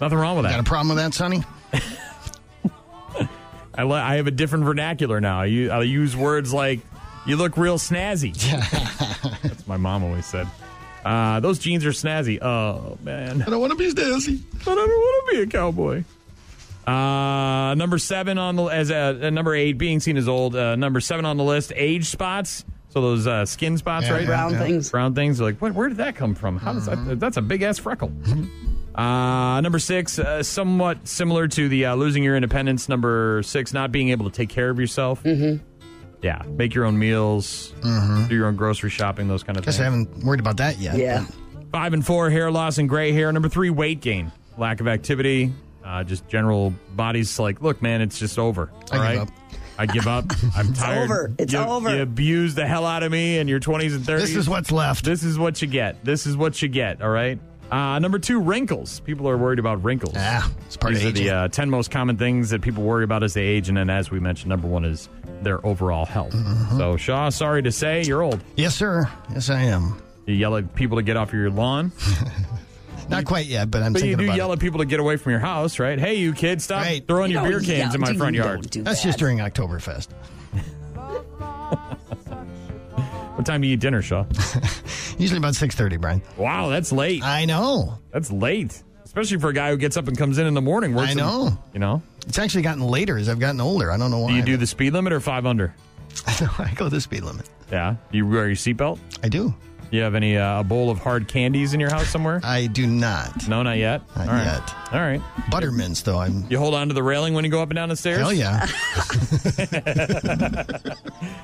S4: nothing wrong with that.
S5: Got a problem with that, Sonny?
S4: I, li- I have a different vernacular now. I u- I use words like, you look real snazzy. That's what my mom always said. Uh, those jeans are snazzy. Oh, man.
S5: I don't want to be dizzy.
S4: I don't want to be a cowboy. Uh, number seven on the as uh, uh, number eight being seen as old. Uh, number seven on the list, age spots. So those uh, skin spots,
S5: Yeah,
S4: right?
S5: Brown yeah.
S18: things.
S4: Brown things. Like, what? Where did that come from? How does that? That's a big ass freckle. Uh, number six, uh, somewhat similar to the uh, losing your independence. Number six, not being able to take care of yourself. Mm-hmm. Yeah, make your own meals, do your own grocery shopping, those kind of
S5: Guess I
S4: things.
S5: haven't worried about that yet.
S4: Five and four, hair loss and gray hair. Number three, weight gain, lack of activity, uh, just general bodies. Like, look, man, it's just over. All right, I give up. I'm
S5: It's
S4: tired.
S5: over. It's
S4: you,
S5: over.
S4: You abused the hell out of me in your 20s and 30s.
S5: This is what's left.
S4: This is what you get. This is what you get. All right. Uh, number two, wrinkles. People are worried about wrinkles. Yeah, it's
S5: Ah, part of
S4: These are the
S5: aging.
S4: uh, ten most common things that people worry about as they age, and then as we mentioned, number one is their overall health.
S5: Mm-hmm.
S4: So, Shaw, sorry to say, you're old.
S5: Yes, sir. Yes, I am.
S4: You yell at people to get off your lawn.
S5: Not quite yet, but I'm
S4: but you
S5: thinking
S4: do
S5: about
S4: yell at people to get away from your house, right? Hey, you kids, stop throwing your beer cans in my front yard.
S5: That's just during Oktoberfest.
S4: What time do you eat dinner, Shaw?
S5: Usually about 6.30, Brian.
S4: Wow, that's late.
S5: I know.
S4: That's late. Especially for a guy who gets up and comes in in the morning. Works
S5: I
S4: in-
S5: know.
S4: you know?
S5: It's actually gotten later as I've gotten older. I don't know why.
S4: Do you do the speed limit or five under?
S5: I go the speed limit.
S4: Yeah. Do you wear your seatbelt?
S5: I do.
S4: You have any uh, a bowl of hard candies in your house somewhere?
S5: I do not.
S4: No, not yet.
S5: Not
S4: All right.
S5: yet.
S4: All right.
S5: Buttermints, though. I'm.
S4: You hold on to the railing when you go up and down the stairs?
S5: Hell yeah.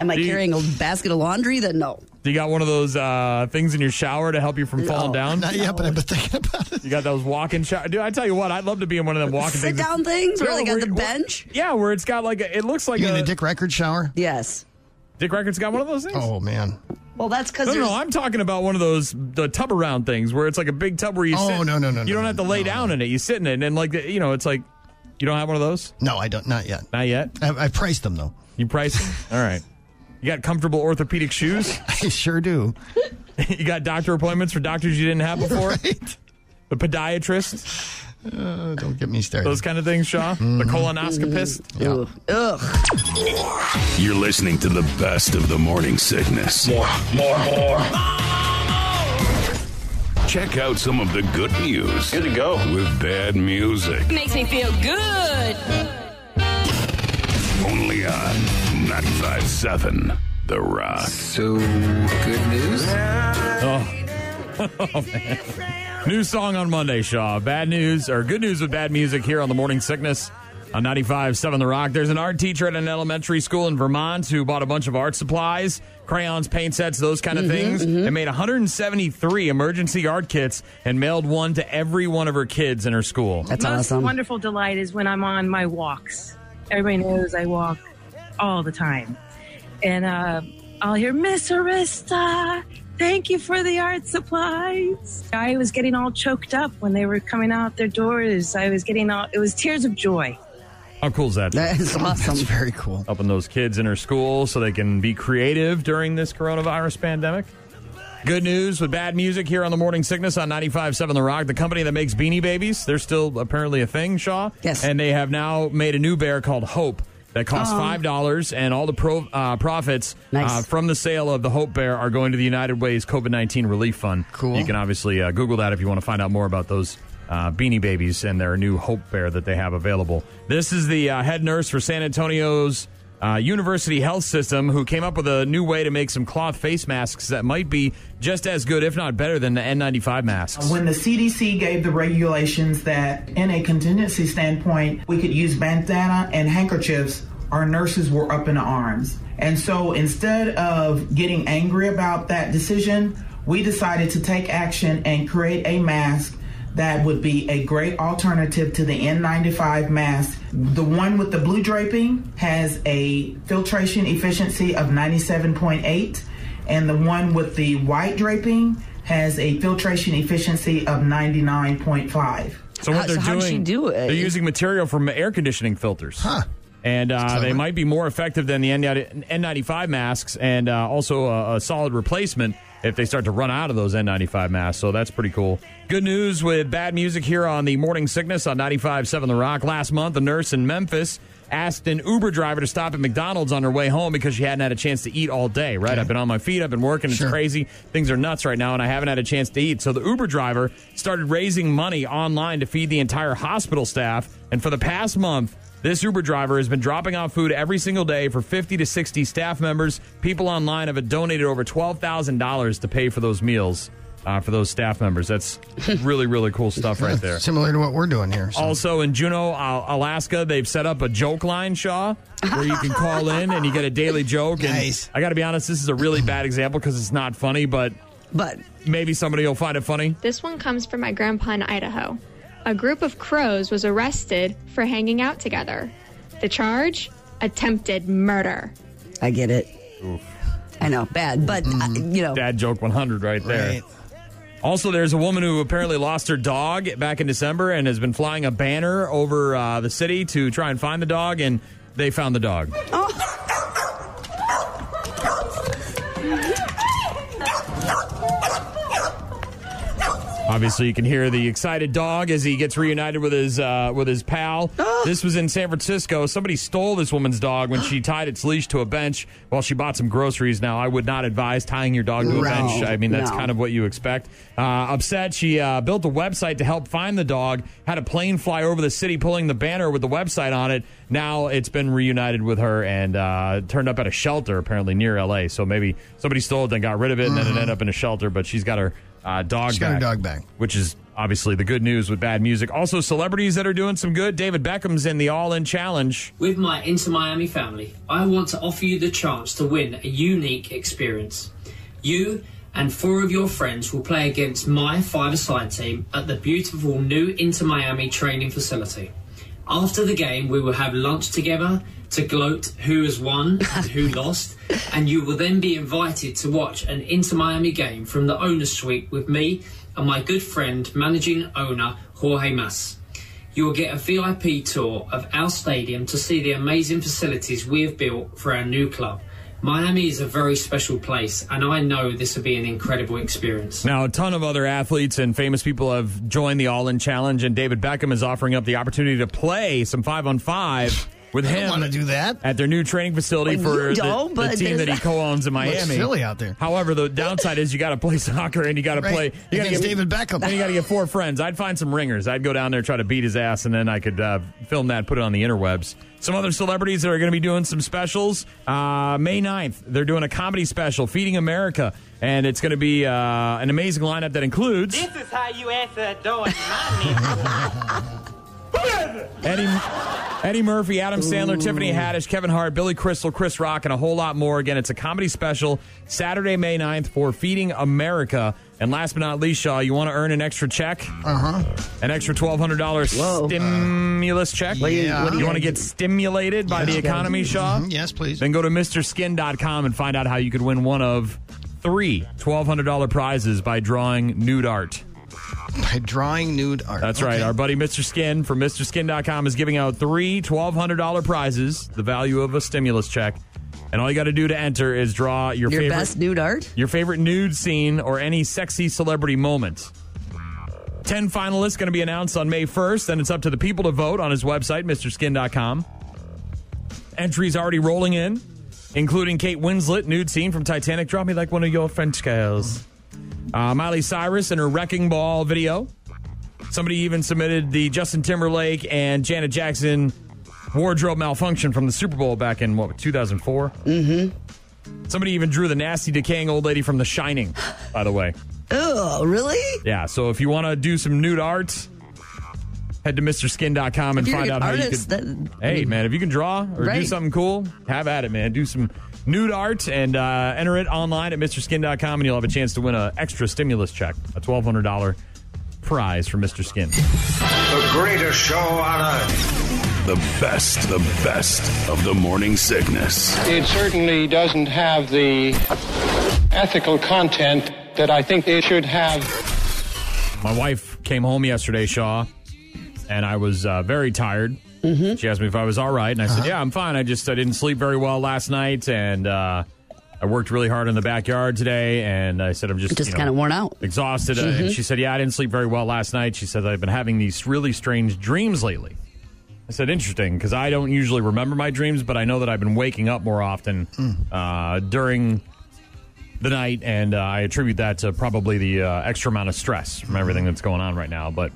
S18: Am I
S4: Do you-
S18: carrying a basket of laundry? Then no.
S4: Do you got one of those uh, things in your shower to help you from falling down?
S18: Not yet,
S5: but I've been thinking about
S4: it. You got those walking shower. Dude, I tell you what, I'd love to be in one of them walking
S18: Sit
S4: things.
S18: down things,
S4: No,
S18: or like
S4: where-
S18: on the
S4: where-
S18: bench.
S4: Yeah, where it's got like a, it looks like
S5: You in
S4: a
S5: a Dick Record shower?
S18: Yes.
S4: Dick Record's got one of those things.
S5: Oh man.
S18: Well, that's because
S4: No, no, no, I'm talking about one of those the tub around things where it's like a big tub where you
S5: Oh,
S4: sit.
S5: no, no, no,
S4: You
S5: no, no,
S4: don't have to lay down in it. You sit in it, and then like you know, it's like you don't have one of those.
S5: No, I don't. Not yet.
S4: Not yet.
S5: I, I priced them though.
S4: You price them. All right. You got comfortable orthopedic shoes.
S5: I sure do.
S4: you got doctor appointments for doctors you didn't have before. The podiatrist.
S5: Uh, don't get me started.
S4: Those kind of things, Shaw.
S5: Hmm.
S4: The colonoscopist.
S18: Ugh.
S2: You're listening to the best of the morning sickness. More, more, more. Check out some of the good news. Good to go. With bad music.
S11: Makes me feel good.
S2: Only on 95.7 The Rock. So, good news?
S4: Oh. Oh, man. New song on Monday, Shaw. Bad news or good news with bad music here on the Morning Sickness on 95.7 The Rock. There's an art teacher at an elementary school in Vermont who bought a bunch of art supplies, crayons, paint sets, those kind of things, and made 173 emergency art kits and mailed one to every one of her kids in her school.
S18: That's
S3: Most wonderful delight is when I'm on my walks. Everybody knows I walk all the time. And uh, I'll hear, Miss Arista, thank you for the art supplies. I was getting all choked up when they were coming out their doors. I was getting all, it was tears of joy.
S4: How cool is that?
S18: That is awesome. That's
S5: very cool.
S4: Helping those kids in her school so they can be creative during this coronavirus pandemic. Good news with bad music here on the Morning Sickness on 95.7 The Rock, the company that makes Beanie Babies. They're still apparently a thing, Shaw. Yes. And they have now made a new bear called Hope that costs
S22: Oh.
S4: $5, and all the pro, uh, profits uh, from the sale of the Hope Bear are going to the United Way's COVID 19 Relief Fund. Cool. You can obviously uh, Google that if you want to find out more about those. Uh, beanie babies and their new hope bear that they have available this is the uh, head nurse for san antonio's uh, University Health System, who came up with a new way to make some cloth face masks that might be just as good, if not better, than the N95 masks.
S23: When the CDC gave the regulations that, in a contingency standpoint, we could use bandana and handkerchiefs, our nurses were up in arms. And so instead of getting angry about that decision, we decided to take action and create a mask that would be a great alternative to the N95 mask. The one with the blue draping has a filtration efficiency of 97.8 and the one with the white draping has a filtration efficiency of 99.5.
S4: So what they're doing? They're using material from air conditioning filters. Huh. And uh, they might be more effective than the N95 masks, and uh, also a, a solid replacement if they start to run out of those N95 masks. So that's pretty cool. Good news with bad music here on the Morning Sickness on 95.7 The Rock. Last month, a nurse in Memphis asked an Uber driver to stop at McDonald's on her way home because she hadn't had a chance to eat all day, right? I've been on my feet, I've been working, it's crazy. Things are nuts right now, and I haven't had a chance to eat. So the Uber driver started raising money online to feed the entire hospital staff. And for the past month, this Uber driver has been dropping off food every single day for 50 to 60 staff members. People online have donated over $12,000 to pay for those meals. uh, for those staff members. That's really, really cool stuff right there.
S5: Similar to what we're doing here.
S4: Also in Juneau, Al- Alaska, they've set up a joke line, Shaw, where you can call in and you get a daily joke. And I got to be honest, this is a really bad example because it's not funny, but
S18: but
S4: maybe somebody will find it funny.
S6: This one comes from my grandpa in Idaho. A group of crows was arrested for hanging out together. The charge? Attempted murder.
S18: I get it. I know, bad, but uh, you know,
S4: Dad joke 100 right there. Also, there's a woman who apparently lost her dog back in December and has been flying a banner over uh, the city to try and find the dog, and they found the dog. Obviously, you can hear the excited dog as he gets reunited with his uh, with his pal.
S7: Ah.
S4: this was in San Francisco. Somebody stole this woman's dog when she tied its leash to a bench while she bought some groceries. Now, I would not advise tying your dog to a
S7: No,
S4: bench. I mean, that's
S7: no.
S4: kind of what you expect. Uh, upset, she uh, built a website to help find the dog. Had a plane fly over the city, pulling the banner with the website on it. Now it's been reunited with her and uh, turned up at a shelter apparently near L.A. So maybe somebody stole it, then got rid of it, and
S7: Mm-hmm.
S4: then it ended up in a shelter. But she's got her. Uh, dog
S5: She's
S4: back,
S5: got her dog back.
S4: which is obviously the good news with bad music. Also, celebrities that are doing some good. David Beckham's in the All In Challenge.
S22: With my Inter Miami family, I want to offer you the chance to win a unique experience. You and four of your friends will play against my five-a-side team at the beautiful new Inter Miami training facility. After the game, we will have lunch together to gloat who has won and who lost, and you will then be invited to watch an Inter Miami game from the owner's suite with me and my good friend, managing owner Jorge Mas. You will get a VIP tour of our stadium to see the amazing facilities we have built for our new club. Miami is a very special place, and I know this will be an incredible experience.
S4: Now, a ton of other athletes and famous people have joined the All In Challenge, and David Beckham is offering up the opportunity to play some five on five with him.
S5: want to do that
S4: at their new training facility
S5: Well,
S4: for
S5: you
S4: the-
S5: don't,
S4: the,
S5: but
S4: team that he
S5: there's-
S4: co-owns in Miami.
S5: Looks silly out there.
S4: However, the downside is you got to play soccer and you got to
S5: Right.
S4: play. You got to
S5: Against David Beckham.
S4: And you got to get four friends. I'd find some ringers. I'd go down there try to beat his ass, and then I could uh, film that, put it on the interwebs. Some other celebrities that are going to be doing some specials. Uh, May 9th, they're doing a comedy special, Feeding America, and it's going to be uh, an amazing lineup that includes.
S24: This is how you answer a door in my neighborhood.
S4: Eddie, Eddie Murphy, Adam Sandler, Tiffany Haddish, Kevin Hart, Billy Crystal, Chris Rock, and a whole lot more. Again, it's a comedy special Saturday, May 9th for Feeding America. And last but not least, Shaw, you want to earn an extra check?
S5: Uh huh.
S4: An extra $1,200 stimulus check?
S5: yeah.
S4: You want to get stimulated by the economy, Shaw?
S5: Yes, please.
S4: Then go to MrSkin.com and find out how you could win one of three $1,200 prizes by drawing nude art.
S5: By drawing nude art.
S4: That's right. Our buddy Mr. Skin from MrSkin.com is giving out three $1,200 prizes, the value of a stimulus check. And all you got to do to enter is draw your,
S18: Your
S4: favorite
S18: best nude art?
S4: your favorite nude scene or any sexy celebrity moment. 10 finalists going to be announced on May 1st, and it's up to the people to vote on his website, MrSkin.com. Entries already rolling in, including Kate Winslet, nude scene from Titanic. Draw me like one of your French girls. Uh, Miley Cyrus and her Wrecking Ball video. Somebody even submitted the Justin Timberlake and Janet Jackson wardrobe malfunction from the Super Bowl back in, what, 2004? Mm-hmm. Somebody even drew the nasty, decaying old lady from The Shining, by the way.
S18: Oh, really?
S4: Yeah, so if you want to do some nude art, head to MrSkin.com and
S18: If you're
S4: find
S18: an
S4: out how you
S18: artist,
S4: can.
S18: that- I
S4: Hey,
S18: mean-
S4: man, if you can draw or do
S18: Right.
S4: something cool, have at it, man. Do some nude art and uh, enter it online at MrSkin.com, and you'll have a chance to win an extra stimulus check, a $1,200 prize for Mr. Skin.
S2: The greatest show on earth. The best, the best of the morning sickness.
S13: It certainly doesn't have the ethical content that I think it should have.
S4: My wife came home yesterday, Shaw, and I was uh, very tired.
S18: Mm-hmm.
S4: She asked me if I was all right, and I
S18: Uh-huh.
S4: said, "Yeah, I'm fine. I just I didn't sleep very well last night, and uh, I worked really hard in the backyard today." And I said, "I'm just
S18: Just
S4: you know,
S18: kinda worn out.
S4: exhausted." Uh,
S18: Mhm.
S4: And she said, "Yeah, I didn't sleep very well last night." She said, "I've been having these really strange dreams lately." I said, "Interesting, because I don't usually remember my dreams, but I know that I've been waking up more often
S18: Mm.
S4: uh, during." the night, and uh, I attribute that to probably the uh, extra amount of stress from everything that's going on right now. But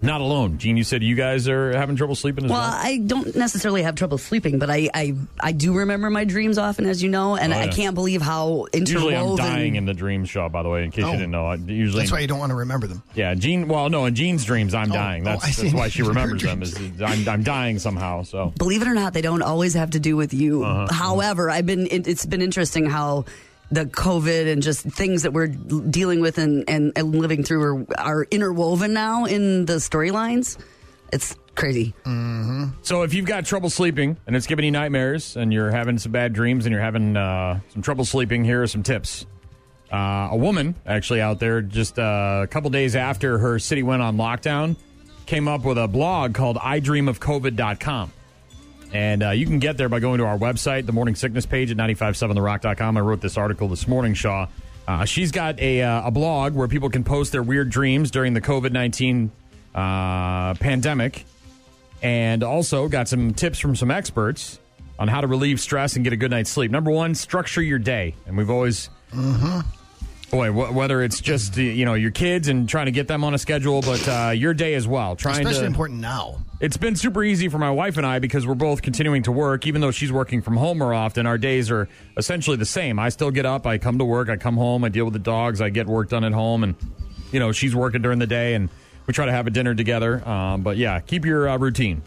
S4: Not alone. Gene, you said you guys are having trouble sleeping as well.
S18: Well, I don't necessarily have trouble sleeping, but I, I, I do remember my dreams often, as you know, and
S4: Oh,
S18: I
S4: yeah.
S18: can't believe how interwoven.
S4: Usually I'm dying in the dream shop, by the way, in case
S18: Oh.
S4: you didn't know. I usually
S5: That's why you don't want to remember them.
S4: Yeah, Gene. Well, no, in Gene's dreams, I'm dying. That's,
S5: oh, I see.
S4: that's why she remembers them. Is I'm, I'm dying somehow. So
S18: Believe it or not, they don't always have to do with you.
S4: Uh-huh.
S18: However, I've been it, it's been interesting how the COVID and just things that we're dealing with and and, and living through are, are interwoven now in the storylines. It's crazy.
S4: Mm-hmm. So if you've got trouble sleeping and it's giving you nightmares and you're having some bad dreams and you're having uh, some trouble sleeping, here are some tips. Uh, a woman actually out there just uh, a couple days after her city went on lockdown came up with a blog called idreamofcovid.com. And uh, you can get there by going to our website, the morning sickness page at 957therock.com. I wrote this article this morning, Shaw. Uh, she's got a, uh, a blog where people can post their weird dreams during the COVID 19 uh, pandemic. And also got some tips from some experts on how to relieve stress and get a good night's sleep. Number one, structure your day. And we've always
S5: Mm-hmm.
S4: Boy, wh- whether it's just uh, you know your kids and trying to get them on a schedule, but uh, your day as well. Trying
S5: Especially
S4: to,
S5: important now.
S4: It's been super easy for my wife and I because we're both continuing to work, even though she's working from home more often. Our days are essentially the same. I still get up, I come to work, I come home, I deal with the dogs, I get work done at home, and you know she's working during the day, and we try to have a dinner together. Um, but yeah, keep your uh, routine.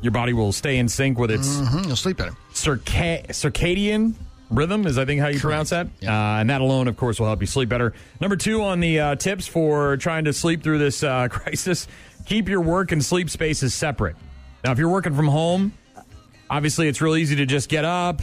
S4: Your body will stay in sync with its
S5: Mhm, You'll sleep better.
S4: circa- circadian rhythm is I think how you pronounce that, uh, and that alone, of course, will help you sleep better. Number two on the uh, tips for trying to sleep through this uh, crisis: keep your work and sleep spaces separate. Now, if you're working from home, obviously it's real easy to just get up,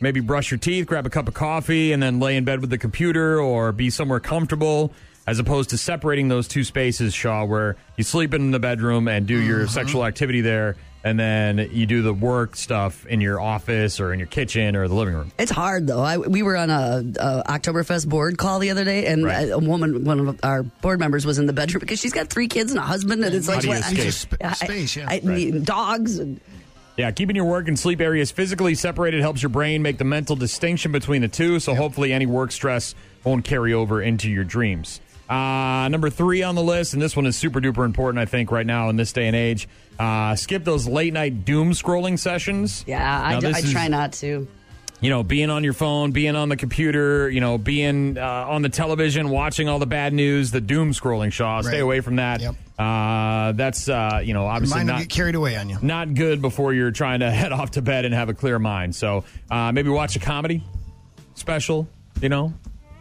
S4: maybe brush your teeth, grab a cup of coffee, and then lay in bed with the computer or be somewhere comfortable. As opposed to separating those two spaces, Shaw, where you sleep in the bedroom and do your sexual activity there, and then you do the work stuff in your office or in your kitchen or the living room.
S18: It's hard though. I, we were on a, a Oktoberfest board call the other day, and
S4: Right.
S18: a woman, one of our board members, was in the bedroom because she's got three kids and a husband, and it's
S4: How
S18: like
S4: do you
S18: what-
S4: escape?
S18: I, space, yeah, I, need dogs. And,
S4: Yeah, keeping your work and sleep areas physically separated helps your brain make the mental distinction between the two. So hopefully, any work stress won't carry over into your dreams. Uh, number three on the list, and this one is super duper important, I think, right now in this day and age. Uh, skip those late night doom scrolling sessions.
S18: yeah, I,
S4: Now,
S18: do-
S4: this
S18: I
S4: is-
S18: try not to.
S4: you know, being on your phone, being on the computer, you know, being uh, on the television, watching all the bad news, the doom scrolling, Shaw. Stay
S5: Right.
S4: away from that. Uh, that's, uh, you know, obviously
S5: Mine will
S4: not
S5: get carried away on you.
S4: not good before you're trying to head off to bed and have a clear mind. So uh, maybe watch a comedy special, you know,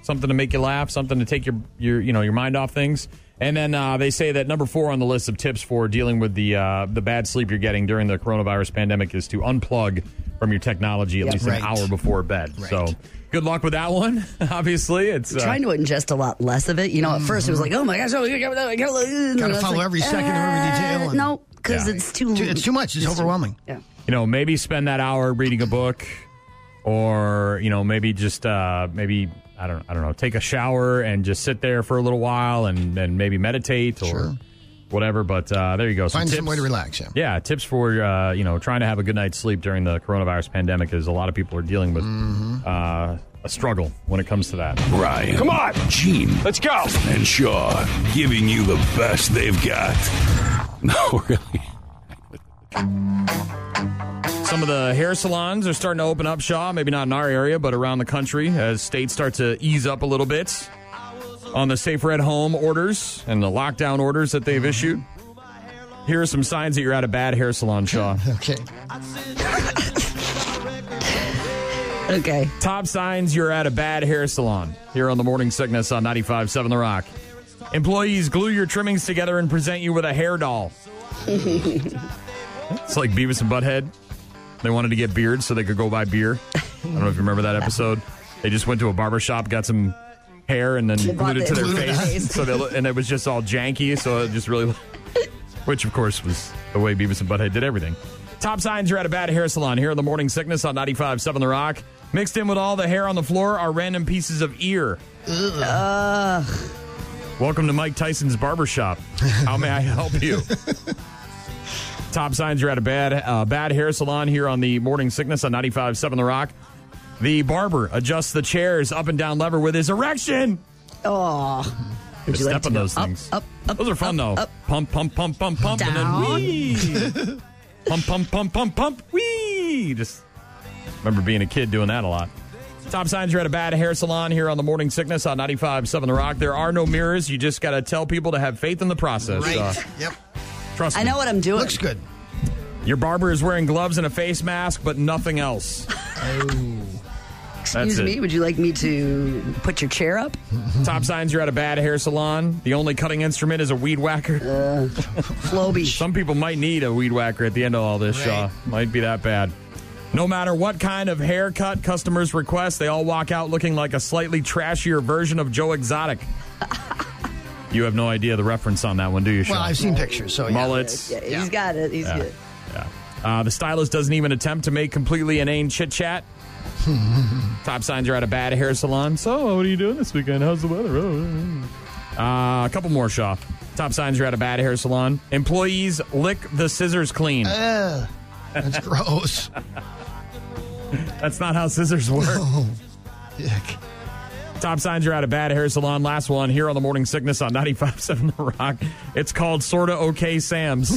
S4: something to make you laugh, something to take your your you know your mind off things. And then uh, they say that number four on the list of tips for dealing with the uh, the bad sleep you're getting during the coronavirus pandemic is to unplug from your technology at
S18: Yep.
S4: least
S18: Right.
S4: an hour before bed. So good luck with that one. Obviously, it's uh,
S18: trying to ingest a lot less of it. You know, at first it was like, oh my gosh, oh, you gotta, gotta,
S5: Gotta follow every second of every detail and-
S18: no, because
S4: Yeah.
S18: "Ah, it's too.
S5: Too- it's too much. It's overwhelming.
S18: yeah.
S4: you know, maybe spend that hour reading a book, or you know, maybe just uh, maybe I don't I don't know, take a shower and just sit there for a little while and and maybe meditate or whatever. But uh, there you go.
S5: Find some
S4: tips-
S5: way to relax, yeah.
S4: Yeah, tips for uh, you know trying to have a good night's sleep during the coronavirus pandemic is a lot of people are dealing with
S5: Mm-hmm.
S4: uh, a struggle when it comes to that.
S2: Ryan. Come on. Gene. Let's go. And Shaw giving you the best they've got. No, really.
S4: Some of the hair salons are starting to open up, Shaw. Maybe not in our area, but around the country as states start to ease up a little bit on the safer at home orders and the lockdown orders that they've issued. Here are some signs that you're at a bad hair salon, Shaw.
S5: Okay.
S18: Okay.
S4: Top signs you're at a bad hair salon here on the Morning Sickness on 95.7 The Rock. Employees glue your trimmings together and present you with a hair doll. It's like Beavis and Butthead. They wanted to get beards so they could go buy beer. I don't know if you remember that episode. They just went to a barber shop, got some hair, and then
S18: They bought
S4: glued it to
S18: the-
S4: their
S18: glued it to their
S4: face.
S18: face.
S4: so they lo- and it was just all janky. So it just really, which of course was the way Beavis and Butthead did everything. Top signs you're at a bad hair salon here in the morning sickness on 95.7 The Rock. Mixed in with all the hair on the floor are random pieces of ear.
S18: Ugh.
S4: Welcome to Mike Tyson's barbershop. How may I help you? Top signs you're at a bad uh, bad hair salon here on the Morning Sickness on 95.7 The Rock. The barber adjusts the chairs up and down lever with his erection.
S18: Oh.
S4: Step
S18: to
S4: on
S18: go
S4: those
S18: up,
S4: things.
S18: Up,
S4: Those are fun though. Pump, pump, pump, pump, pump, and then
S18: Down.
S4: wee. pump, pump, pump, pump, pump, wee. Just remember being a kid doing that a lot. Top signs you're at a bad hair salon here on the Morning Sickness on 95.7 The Rock. There are no mirrors. You just got to tell people to have faith in the process.
S5: Right.
S4: Uh,
S5: Yep.
S4: trust
S18: I
S4: me.
S18: know what I'm doing.
S5: Looks good.
S4: Your barber is wearing gloves and a face mask, but nothing else.
S18: Excuse
S4: it.
S18: me. Would you like me to put your chair up?
S4: Top signs you're at a bad hair salon. The only cutting instrument is a weed whacker.
S18: Uh,
S4: Some people might need a weed whacker at the end of all this, Shaw. Might be that bad. No matter what kind of haircut customers request, they all walk out looking like a slightly trashier version of Joe Exotic. you have no idea the reference on that one, do you, Shaw?
S5: Well, I've seen pictures, so yeah.
S4: Mullets.
S18: Yeah, He's got it. He's
S4: Yeah.
S18: good.
S4: Yeah. Uh, the stylist doesn't even attempt to make completely inane chit chat. Top signs are at a bad hair salon. So, uh, what are you doing this weekend? How's the weather? Oh, oh, oh. Uh, a couple more, Shaw. Top signs are at a bad hair salon. Employees lick the scissors clean.
S5: Ugh, Ah, that's gross.
S4: That's not how scissors work. Top signs are at a bad hair salon. Last one here on the Morning Sickness on 95.7 The Rock. It's called Sorta Okay Sam's.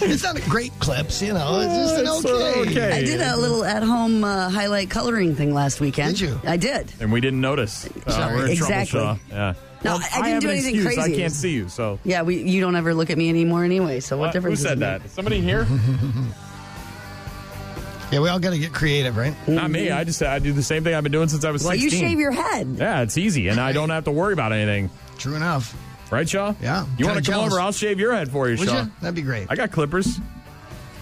S5: It's not great clips, you know. It's just an
S4: Oh, It's uh,
S5: okay.
S4: okay.
S18: I did a little at-home uh, highlight coloring thing last weekend. Did you? I did.
S4: and we didn't notice. Uh,
S18: Sorry.
S4: We're in
S18: Exactly.
S4: trouble, Shaw. Yeah.
S18: No, I- I didn't
S4: have
S18: do
S4: an
S18: anything
S4: excuse.
S18: crazy.
S4: I can't see you, so.
S18: Yeah, we. You don't ever look at me anymore anyway. So
S4: What?
S18: what,
S4: Who
S18: difference? does
S4: said
S18: it make?
S4: that? Is Somebody here?
S5: Yeah, we all got to get creative, right?
S4: Not me. I just I do the same thing I've been doing since I was
S18: Well, you
S4: 16.
S18: shave your head.
S4: Yeah, it's easy, and I don't have to worry about anything.
S5: True enough.
S4: Right, Shaw?
S5: Yeah, I'm
S4: You want to come
S5: kinda jealous.
S4: over? I'll shave your head for you,
S5: Would
S4: Shaw.
S5: you? That'd be great.
S4: I got clippers.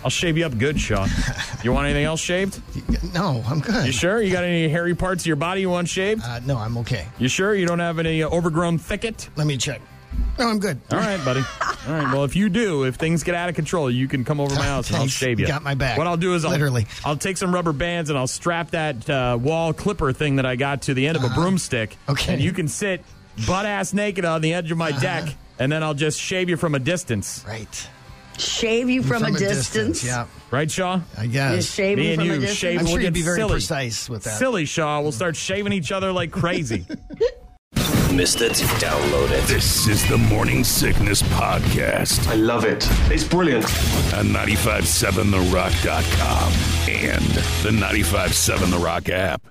S4: I'll shave you up good, Shaw. you want anything else shaved?
S5: No, I'm good.
S4: You sure? You got any hairy parts of your body you want shaved?
S5: Uh, no, I'm okay.
S4: You sure you don't have any uh, overgrown thicket?
S5: Let me check. No, I'm good.
S4: All right, buddy. All right. Well, if you do, if things get out of control, you can come over to my house and I'll
S5: Thanks.
S4: shave
S5: You
S4: you.
S5: got my back.
S4: What I'll do is I'll,
S5: Literally.
S4: I'll take some rubber bands and I'll strap that uh, wall clipper thing that I got to the end of a broomstick.
S5: Uh-huh. Okay. Uh-huh.
S4: And you can sit butt ass naked on the edge of my deck, and then I'll just shave you from a distance.
S5: Right.
S18: Shave you from, a, distance.
S5: Yeah,
S4: Right, Shaw?
S5: I guess.
S18: You shave
S4: Me and
S18: him from a
S4: you
S18: distance.
S4: shave.
S5: I'm
S4: we'll
S5: sure you'd
S4: get
S5: be very
S4: silly.
S5: precise with that.
S4: Silly, Shaw. We'll start shaving each other like crazy.
S2: Missed it? Download it. This is the Morning Sickness Podcast. I love it. It's brilliant. On 957therock.com and the 957 The Rock app.